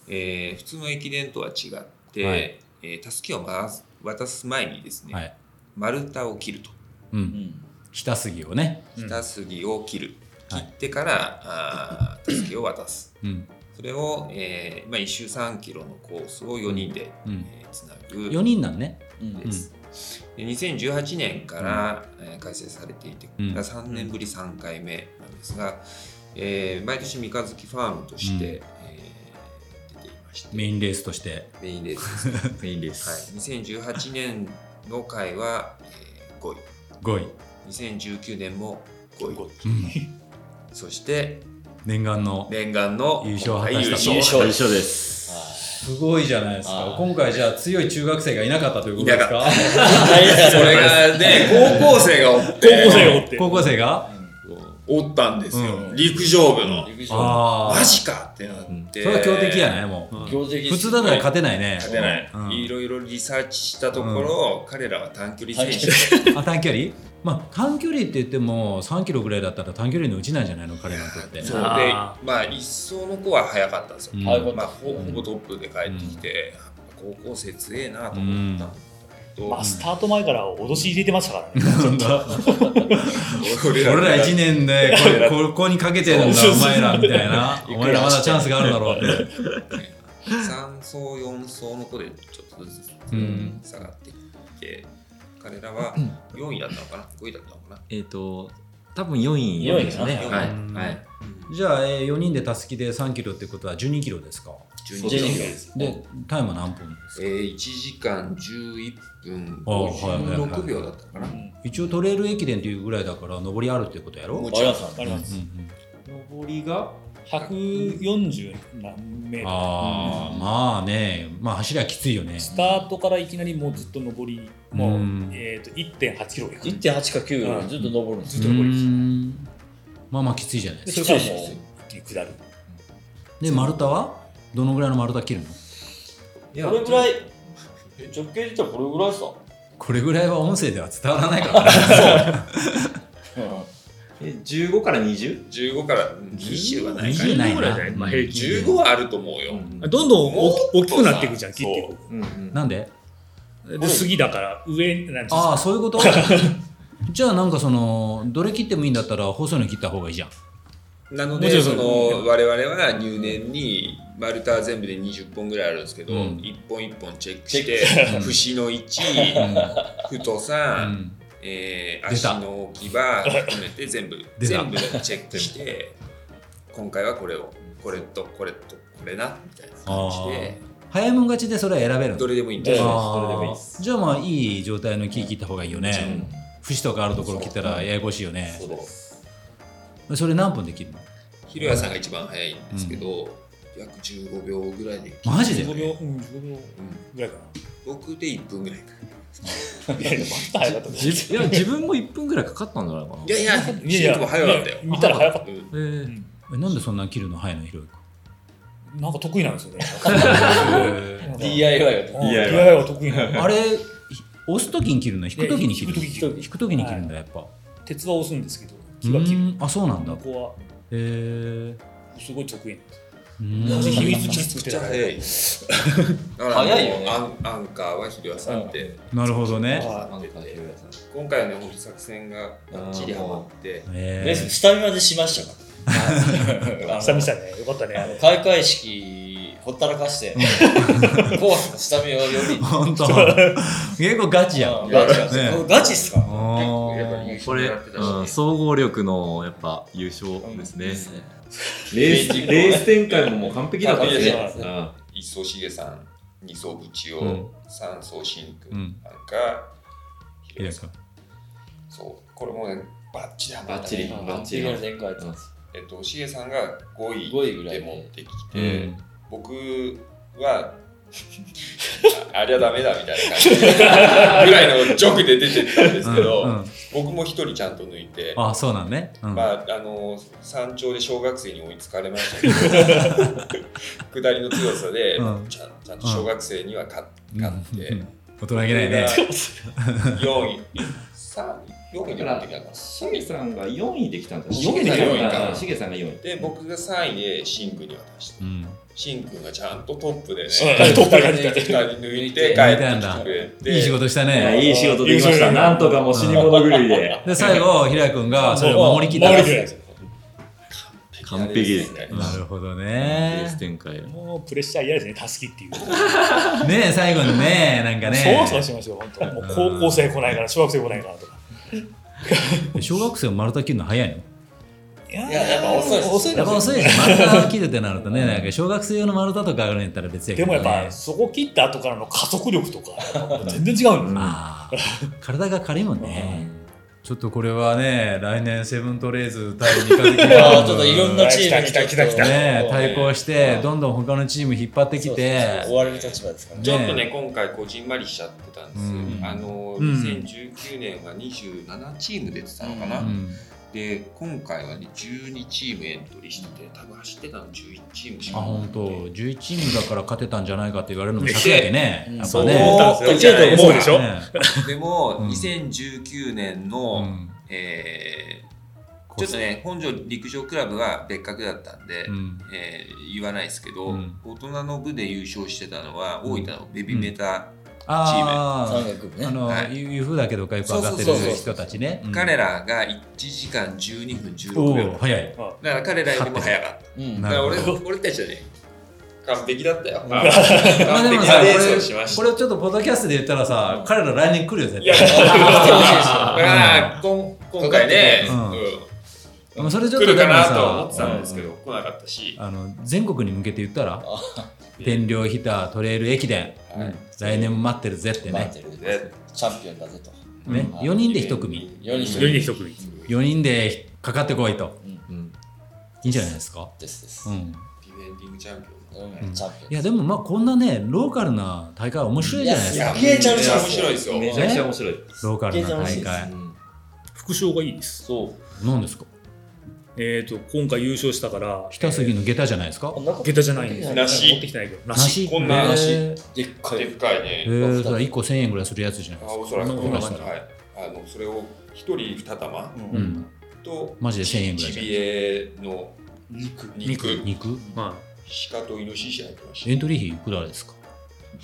えー普通の駅伝とは違って、
はい
えーたすきを回す渡す前にですね、
はい
丸太を切ると、
う
うんん
ひたすぎをね、
うん
ひたすぎを切る、
は
切
い
ってから、あーたすきを渡す。
うん
それを、えーまあ、1周3キロのコースを4人で、
うん
えーつなぐ。
4人なんね
うん
です。で2018年から、えー開催されていて、
うん
3年ぶり3回目なんですが、えー毎年三日月ファームとして、
うん
えー出ていまして
メインレースとして
メインレースで
(laughs)
す、
メインで
はい、2018年の回は、えー5位
5位、
2019年も5位
うん
(laughs)
そして
念願の
念願の
優勝を果たしたと
優勝
優
一緒です。
すごいじゃないです
か
今回じゃあ強い中学生がいなかったという
ことですか
はい
(laughs) それがね高校生がおっ
高校
て
生がおって。
高校生が
おったんですよ、
う
陸上部の
陸上
ああ
マジかってなって、
それは強敵やねもう、
強敵
普通だったら勝てないね
勝てない、
うん
いろいろリサーチしたところ、彼らは短距離選手、
あ短距離まあ短距離って言っても3キロぐらいだったら短距離のうちなんじゃないの彼らにとって
そうで
あ
まあ一走の子は速かったんですよ、
うん
早かった
まあ、ほほぼトップで帰ってきて、やっぱ高校生強えなと思ったんだけど、
まあ、スタート前から脅し入れてましたからね。
俺
俺ら
が
1年でこれここにかけてるんだお前らみたいなお前らまだチャンスがあるだろうって
3層4層の子でちょっとずつ
うん
下がっていって、彼らは4位だったのかな5位だったのかな
えっ、と、多分4位
4位
ですね。
か
な
はい。
うん
はい。
じゃあ、えー、4人でたすきで3キロってことは12キロですか
12
そう
位
です
でタイムは何分です
え
か、
ー、1時間11分
あはいはいはい
56秒だったかな、
一応トレイル駅伝っていうぐらいだから上りあるってことやろ
も
うう
う
あります、あり
んうんう
ます。
ん
上りが140何メートル。
ああまあねまあ走りゃきついよね
スタートからいきなりもうずっと上り、もう、えっと1.8キロ行く。
1.8か9ずっと登るんです
ずっ
う
と上りです。
んまあまあきついじゃない
で
です
そ
か
れからもう一気に下る。
で丸太はどのぐらいの丸太切るの
い
これぐらい直径で言ったらこれぐらいさ
これぐらいは音声では伝わらないからね
え15から 20?
15から20はないか
20ない
ぐらいじゃないまあ平均
15はあると思うよ、
うん
どんどん大き大きくなっていくじゃん、切っていく。
うんうん
なんで
で、杉だから、上、なんていうんですか
ああ (laughs) そういうこと (laughs) じゃあなんかそのどれ切ってもいいんだったら細いの切った方がいいじゃん
なの
も
で
ちろん
そ
そう
の我々は入念に丸太全部で20本ぐらいあるんですけど、
うん
一本一本チェックして節の位置太さ、
うん
えー
出
足
た
の置き場含めて全部
出た
全部チェックして今回はこれをこれとこれとこれなみたいな感じで
早いもん勝ちでそれは選べるの
どれでもいいんですよ。
あー
どれでもいいです
じゃあまあいい状態の木切った方がいいよね節とかあるところ切ったらややこしいよね
そうです
それ何分で切るの
ひろやさんが一番早いんですけど、約15秒ぐらいで
マジで
15秒、うん、15秒
うん
ぐらいか
僕で1分ぐらいかない
な。いや、でもまた早かったね
じいや自分も1分ぐらいかかったんじゃないかな。
いやいや
いやい
シ
や
ートも早かったよ
いや見たら早かっ
うん
えー
えなんでそんな切るの早いのひろゆき
た。なんか得意なんですよね。
(laughs)
なんか
DIY を
うん
DIY
DIY は得意なの。
あれ押す時に切るの引く時に切る
いや引く時に切る
引く時に切るんだやっぱ
鉄は押すんですけど、
う
木は切る。
んあそうなんだ
ここは
へえ
すごい得意なんです。秘
ー
密基地作って
じ
た
ゃ
から
早い。だから
早いよね
アンアンカーはひろやさんで、
んなるほどね
なんかひろやさん
今回はね、本当作戦がばっちりハマって、
え
レーススタミナでしましたからあの
久々ね、よかったね。あの
開会式ほったらかして (laughs) 紅白のスタミナをより
本当結構ガチやん
ガチなんです
ね
よガチっすか
あー
やっぱり優勝
これ
狙ってたしね、
うん総合力のやっぱ優勝ですね。
レース
レース展開ももう完璧だった
完璧
ね
だ。
うん
一層しげさん、二層ぶち
う
お、三層しんく
うん
ん、アンカー、ひ
ひろゆ
ろや
き
さ
君
ん。そう、これもね、ばっちりハマ
バ
っ
ッ
た
チリ
ね。
バッチリ
の展開やってます
えっと、しげさんが5位
5位ぐらい
で
で
持ってき
う
て、
ん
僕は (laughs) あありゃダメだみたいな感じでぐらいの直で出てったんですけど、
うんうん
僕も一人ちゃんと抜いて
あそうなんねうん
まああの山頂で小学生に追いつかれましたけど (laughs) 下りの強さで、
うん
ちゃんちゃんと小学生には勝
うん
勝って、 (laughs)
うん大人げないね
4位3位4位で持ってきたのかな
しげさんが4位できたんじゃ
しげさんが四位か
しげさんが4位。
で僕が3位でシンくんに渡し
う
て
ん
シンくんがちゃんとトップでね
しっかりトップに立
2
て
人抜いて帰ってきてくれて
いい仕事した
いや
ね
いい仕事できました。なんとかもう死に物狂いで。
で最後平井君がそれを守りきった
守りきった
完璧ですね
なるほど
レース
ね
展開。
もうプレッシャー嫌ですね、たすきっていう。
ねえ最後にねなんか
そ
ね
わそわしますよ、本当。もう高校生来ないから、小学生来ないからとか。
小学生は丸太切るの早いの
いや
いややっぱ遅いです
遅い
や
で
っぱ遅いです丸太切るってなるとねなんか小学生用の丸太とかあるんやったら別やけ
で
ど、
も
ね、
やっぱ、そこ切った後からの加速力とか、やっぱ全然違うのよ。
あー体が軽いもんねちょっとこれはね来年セブントレーズ対三日月
い
(laughs)
やーちょっといろんなチームに
来た来た来た来た
ね対抗して
ん
どんどん他のチーム引っ張ってきて
追われる立場ですからね
ちょっとね、今回、こじんまりしちゃってたんで
う
す。
ん
あの、
うん
2019年は27チーム出てたのかな。
うん
で、今回はね、12チームエントリーしてて、多分走ってたの11チームし
あ
かな
本
くて
当11チームだから勝てたんじゃないかって言われるのも尺やけね
うん
やっ
そ
ぱ
う
ね
思ったんですよ。
そう
思うでしょ
ね
でも、
うん
2019年
う
の、
ん
えーちょっとね、本庄陸上クラブは別格だったんで、
うん
えー言わないですけど、
うん
大人の部で優勝してたのは、大分のベビメタ、
(laughs) あ
山
ー
岳部
あ
ね
の
はい
ゆうふうだけどかよく上がってる
そうそうそう
人たちねうん
彼らが1時間12分16
お
秒
お。早い
だから彼らよりも早かった。
うん
な
だ
る
から
ほど
俺俺たちはね、完璧だったよ。
まあ
完璧
まあで
なレ
もさ
ースをしました。
これをちょっとポッドキャストで言ったらさ、彼ら来年来るよ絶
いや
対
だから、こん今回ね、
うん
う
でもそれちょっ
来
と
る
で
か
も
なとは思
さ
ってたんですけど、来なかったし、
あの全国に向けて言ったら天領ヒタートレイル駅伝
はい
来年も待ってるぜって
待っ
ね
てるぜチャンピオンだぜと
ね
うん
4人で1組
4人
4人一組
4人でかかってこいと
うん
いいんじゃないですか
ですです、
う
うん
ん
ディフェンディングチャンピオ
チャンピオン
いやでもまあこんなねローカルな大会は面白いじゃないです
いや
か
ン。
すげえチャンピオン
面白いですよ。
めちゃくちゃ面白い。
ローカルな
すげ
大
え楽し
会
副賞がいいです
そう。
何ですか
えー、と今回優勝したから
北杉の下駄じゃないですか
下駄じゃないんです
梨
持ってきてないけど
梨
こんな梨
えー
でっか
でっ
い
かい
え。
ね
ーそれは1個1000円ぐらいするやつじゃないで
あおそらく、
そんなことな
はい
いですね
あのそれを一人二玉
すかうん
と、
マジで1000円ぐらい
ジ
じ
ビエの
肉
肉、
肉
は
鹿とイノシシ入ってまし
エントリー費いくらですか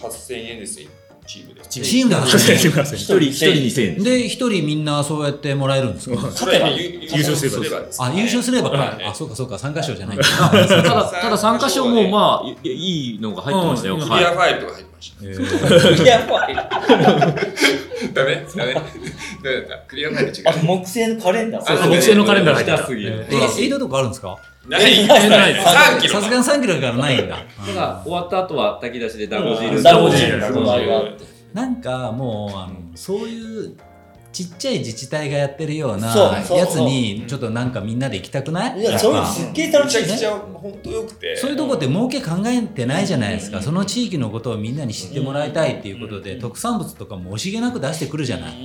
た。8000円ですよ、チームで。
チームだ
い、走ってください
一人一人2000円。
で一人みんなそうやってもらえるんですか
それは
優勝すれば
です
あ優勝すれば
はい
かあそうかそうか参加賞じゃない
ただ、ただ参加賞もまあ、いいいのが入ってましたよ。
うん
クリ
は
アファイルとか入ってました。
えー
やばい
ダメダメダメだった。クリアファイル違
あ
う。
木製のカレンダー
あそう
木製のカレンダー入って
い。
た
すぎる。
えエイドとかあるんですか
ない
ないです
3キロ
さすがに3キロだからないんだ
ただ、終わった後は炊き出しで団子汁。
ダゴ
汁
汁
ダ
そ
ゴ汁
のあれがあって
なんかもうあのそういうちっちゃい自治体がやってるような
そうそう
やつにちょっとなんかみんなで行きたくない
いやそれすっげえ楽
め
し
ちゃ
い
く
ね
ちゃ本当良くて。
そういうとこって儲け考えてないじゃないですか、その地域のことをみんなに知ってもらいたいっていうことで、特産物とかも惜しげなく出してくるじゃない、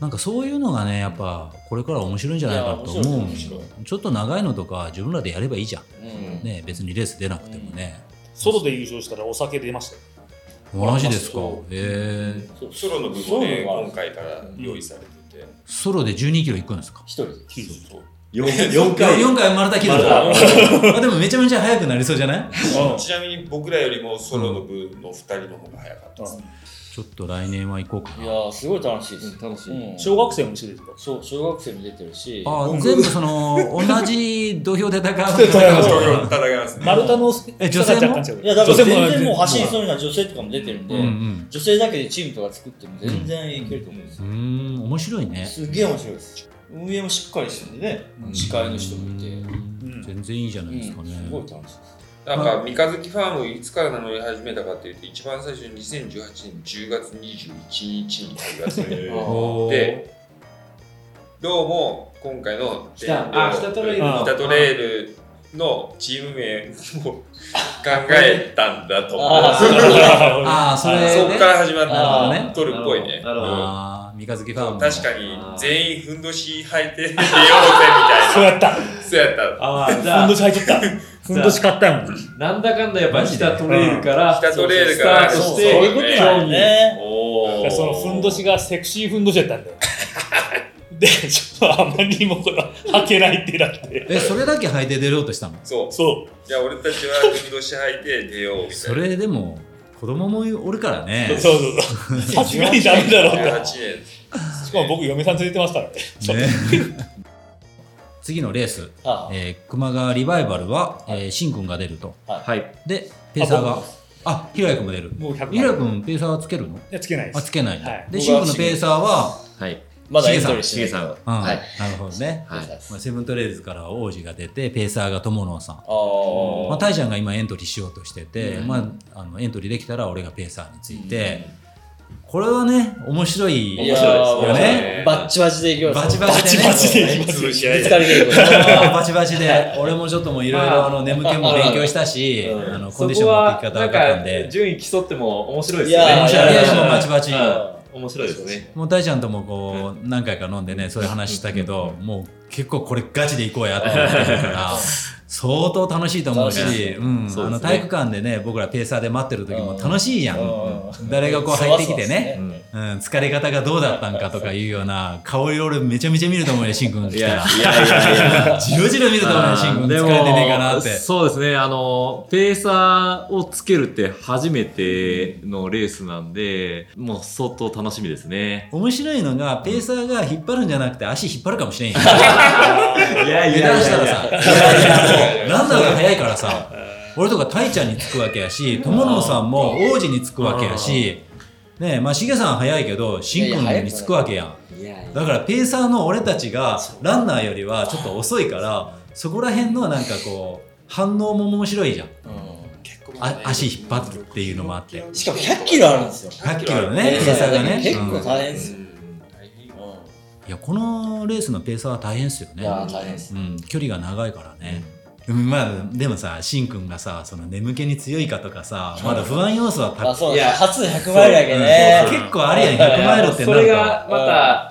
なんかそういうのがねやっぱこれから面白いんじゃないかと思うんですよちょっと長いのとか自分らでやればいいじゃん、ね、別にレース出なくてもね、
外で優勝したらお酒出ましたよ
同じですか
そ
えー、
そうソロの部分で今回から用意されてて。
ソロで1 2キロ行くんですか
一人
そう
4
4回生まれたけど (laughs) あでもめちゃめちゃ速くなりそうじゃない
ちなみに僕らよりもソロの部の2人の方が早かったですね。
ちょっと来年は行こうか
い
な
やーすごい楽しいです、
楽し
う
い。
ん
小学生も一緒ですか
そう小学生も出てるし
あー全部その同じ土俵で戦う
そういう (laughs) 戦いますね。
丸太の
え女性も
人たちは若干違う
いやだから
女性も
全然もう走りそうな女性とかも出てるんで、
うんうん
女性だけでチームとか作っても全然いけると思うんです
う
よ、
ーん面白いね
すっげえ面白いです運営もしっかりしてるんでね、司会の人もいて、
う
うん
ん全然いいじゃないです
すご
かね
い、楽しいです
なんか三日月ファームいつから名乗り始めたかっていうと一番最初に2018年10月21日に始めて
あー
おー
でどうも今回の
北
あ
北ト
レ
レイル
北トレイルのチーム名を考えたんだと思う
あー
ああそれで
そこから始まっ
あ
た
ーね
取るっぽいね
なるほど。
ああ三日月ファー
そ
ム
う確かに全員ふんどし履いて出ようぜみた
そう
いな
やった
そうやった
ああ、じ
ふ
ゃ
ん
あ
ど、し入っとったふんどし買ったもん
なんだかんだやっぱ北トレイルから、
北トレイルから
スタートし
そうそういうこと
て、
なん
だよね
おー
そのふんどしがセクシーふんどしだったんだよでちょっとあまりにもこれ履けないってなって
えそれだけ履いて出ようとしたの
そう
そ
じゃあ俺たちはふんどし履いて出ようみたいな
それでも子供もおるから
う
ね
そうそうそうさすがにダメだろうって
18年
しかも僕嫁さん連れてますからね
ね (laughs) 次のレース、
あー
えー、熊川リバイバルは、えー、シンくんが出ると
はい。
でペーサーがあひろやくんも出る
もう100万
ひろやくんペーサーはつけるの
いやつけないで
あ
す
つけないんだ、
はい
でシンくんのペーサーは
はい。
まだエ
しげ
ン
さん
トリー
し
して
げ
ない
さんは。
うん、
はい。
なるほどね、
はい
まあ、セブントレイルズから王子が出てペーサーが友野さん
あー
まあ、タイちゃんが今エントリーしようとしてて、まあ、あのエントリーできたら俺がペーサーについて、これはね面白い
いやー
よね
もうバッチバチでいきます
バチバチでね
バチで行きます
潰し合い
ぶつかり稽古
あーバチバチで俺もちょっともういろいろあの眠気も勉強したしあのコン
そ
ディショ
こ
ン持っ
は
ていき方
な
分
ん
かったん
か
で
順位競っても面白いです
いや
ね。
ー
面白いいやもうバチバチ
うん面白いですね。
もう大ちゃんともこう何回か飲んでねそういう話したけどもう結構これガチでいこうやって思ってるから相当楽しいと思うし
楽しい
うん
そ
あ
うで
の
すね
体育館でね僕らペーサーで待ってる時も楽しいやん
う
誰がこう入ってきてね
そうそう
うん、疲れ方がどうだったんかとかいうような顔色俺めちゃめちゃ見ると思うよ、しんくんが来
い
た
や
ら。
いやいやい
(laughs)
や。
じろじろ見ると思うよ、しんくん。疲
で
れ
も
てねえかなって。
そうですねあのペーサーをつけるって初めてのレースなんでもう相当楽しみですね
面白いのが、ペーサーが引っ張るんじゃなくて足引っ張るかもしれんよ。
いや
下
(laughs)
手したらさ、ランナーが速いからさ、俺とかタイちゃんにつくわけやし友野さんも王子につくわけやしねえまあしげさん早いけどしんくんにつくわけやん
いやいや
だからペーサーの俺たちがランナーよりはちょっと遅いからそこら辺のなんかこう反応も面白いじゃんあ足引っ張るっていうのもあって
しかも100キロあるんですよ。
100キロのねペーサーがねう
結構
ん
大変ですよ。
いやこのレースのペーサーは大変ですよ
う
ね
んいやー大変です。
うん、距離が長いからね、うんまあでもさしんくんがさその眠気に強いかとかさまだ不安要素はた
あ、そう
い
だ
や
初の100マイルやけ
うん
ね。
結構あるやん100マイルって
そ
な
れ
る
がまた、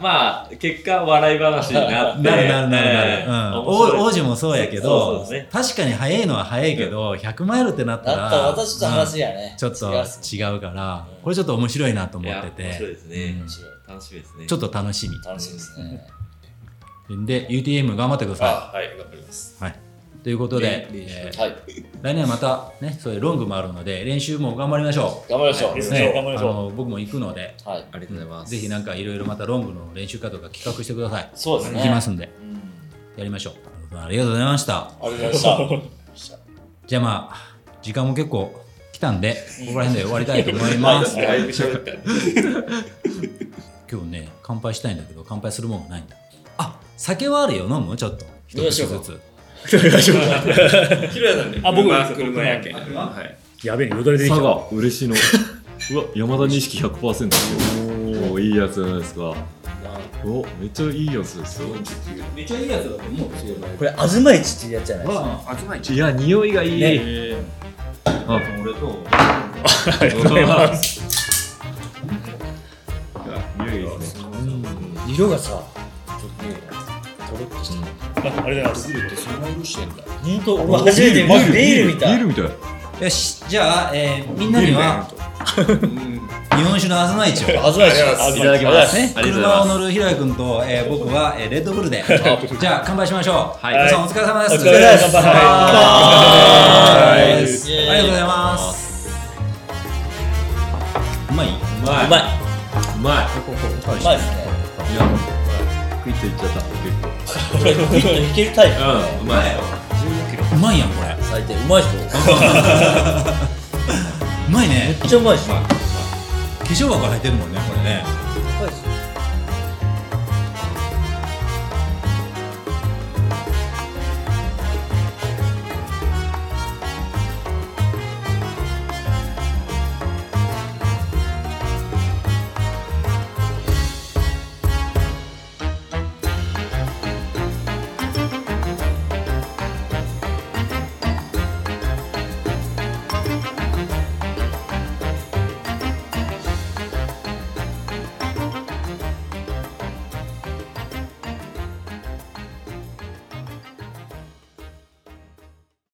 まあ、結果、笑い話に (laughs) なっ
と (laughs)
て。
なるなるなるなる、
ええ
うん、
面白い
王王子もそうやけ
そう
ど
そうですね
確かに速いのは速いけど、100マイルってなったら
だったら私と話やね。
ちょっと
違うっす
違うからこれちょっと面白いなと思って
いや面白い
て
ですね。
うん
楽しみですね。
ちょっと楽しみ
楽しみですね。
で UTM 頑張ってくださ
あはい、頑張ります。
い、はい、ということで、
練習
えー
はい。
来年はまたねそういうロングもあるので練習も頑張りましょ
頑張りましょ
う、
練習
ね
も頑張りましょう
あの僕も行くので
う。はい。
ありがとうございます。
ぜひなんかいろいろまたロングの練習かとか企画してください。
そうですね。
行きます
うん
んで、やりましょう。ありがとうございました。
ありがとうございまし
じゃあまあ、時間も結構来たんで、ここら辺で終わりたいと思い
(laughs)
ます。
だいぶ喋ったね。
今日ね、乾杯したいんだけど、乾杯するものがないんだ。あ酒はあるよ、飲むちょっと。一
どう
口
しよう
ず
か
つ。
(laughs)
ひろやさんね。
あ僕
は車やけん。はい。
やべえ、よだれ出てき
佐
た。
賀 (laughs) 嬉しいのうわ山田錦100%ですよおーいいやつじゃないですかおめっちゃいいやつですよ
めっちゃいいやつだと思う。
た。これ、あずまいちっていうやつじゃないですか。
あずまいち。
いや匂いがいい、あ俺と匂いがいいですね
色がさ、
ありがとうございます。
ほんと、俺初めて見るビールみたい。
ビールみたい
よし、じゃあ、えーみんなには、日本酒のあずまいちを。
あずまいちだ。
いただきます
ね、
ありがと
車
うございま
を
す
乗るひろや君と、えー僕は、えーレッドブルでじゃあ乾杯しましょう、
はい
皆さんお疲れ様です
お疲れ様です
乾杯
乾
あ
杯
りがとうございますうまいう
まい。うま
うまい
いですね。
いやクイッといっちゃった結構
これ、ビールいけるタイプ。
うんうまいう
まいやんこれ
最低。うまいっすよ。
うまいね
めっちゃうまいっすよ。
化粧箱入ってるもんねこれね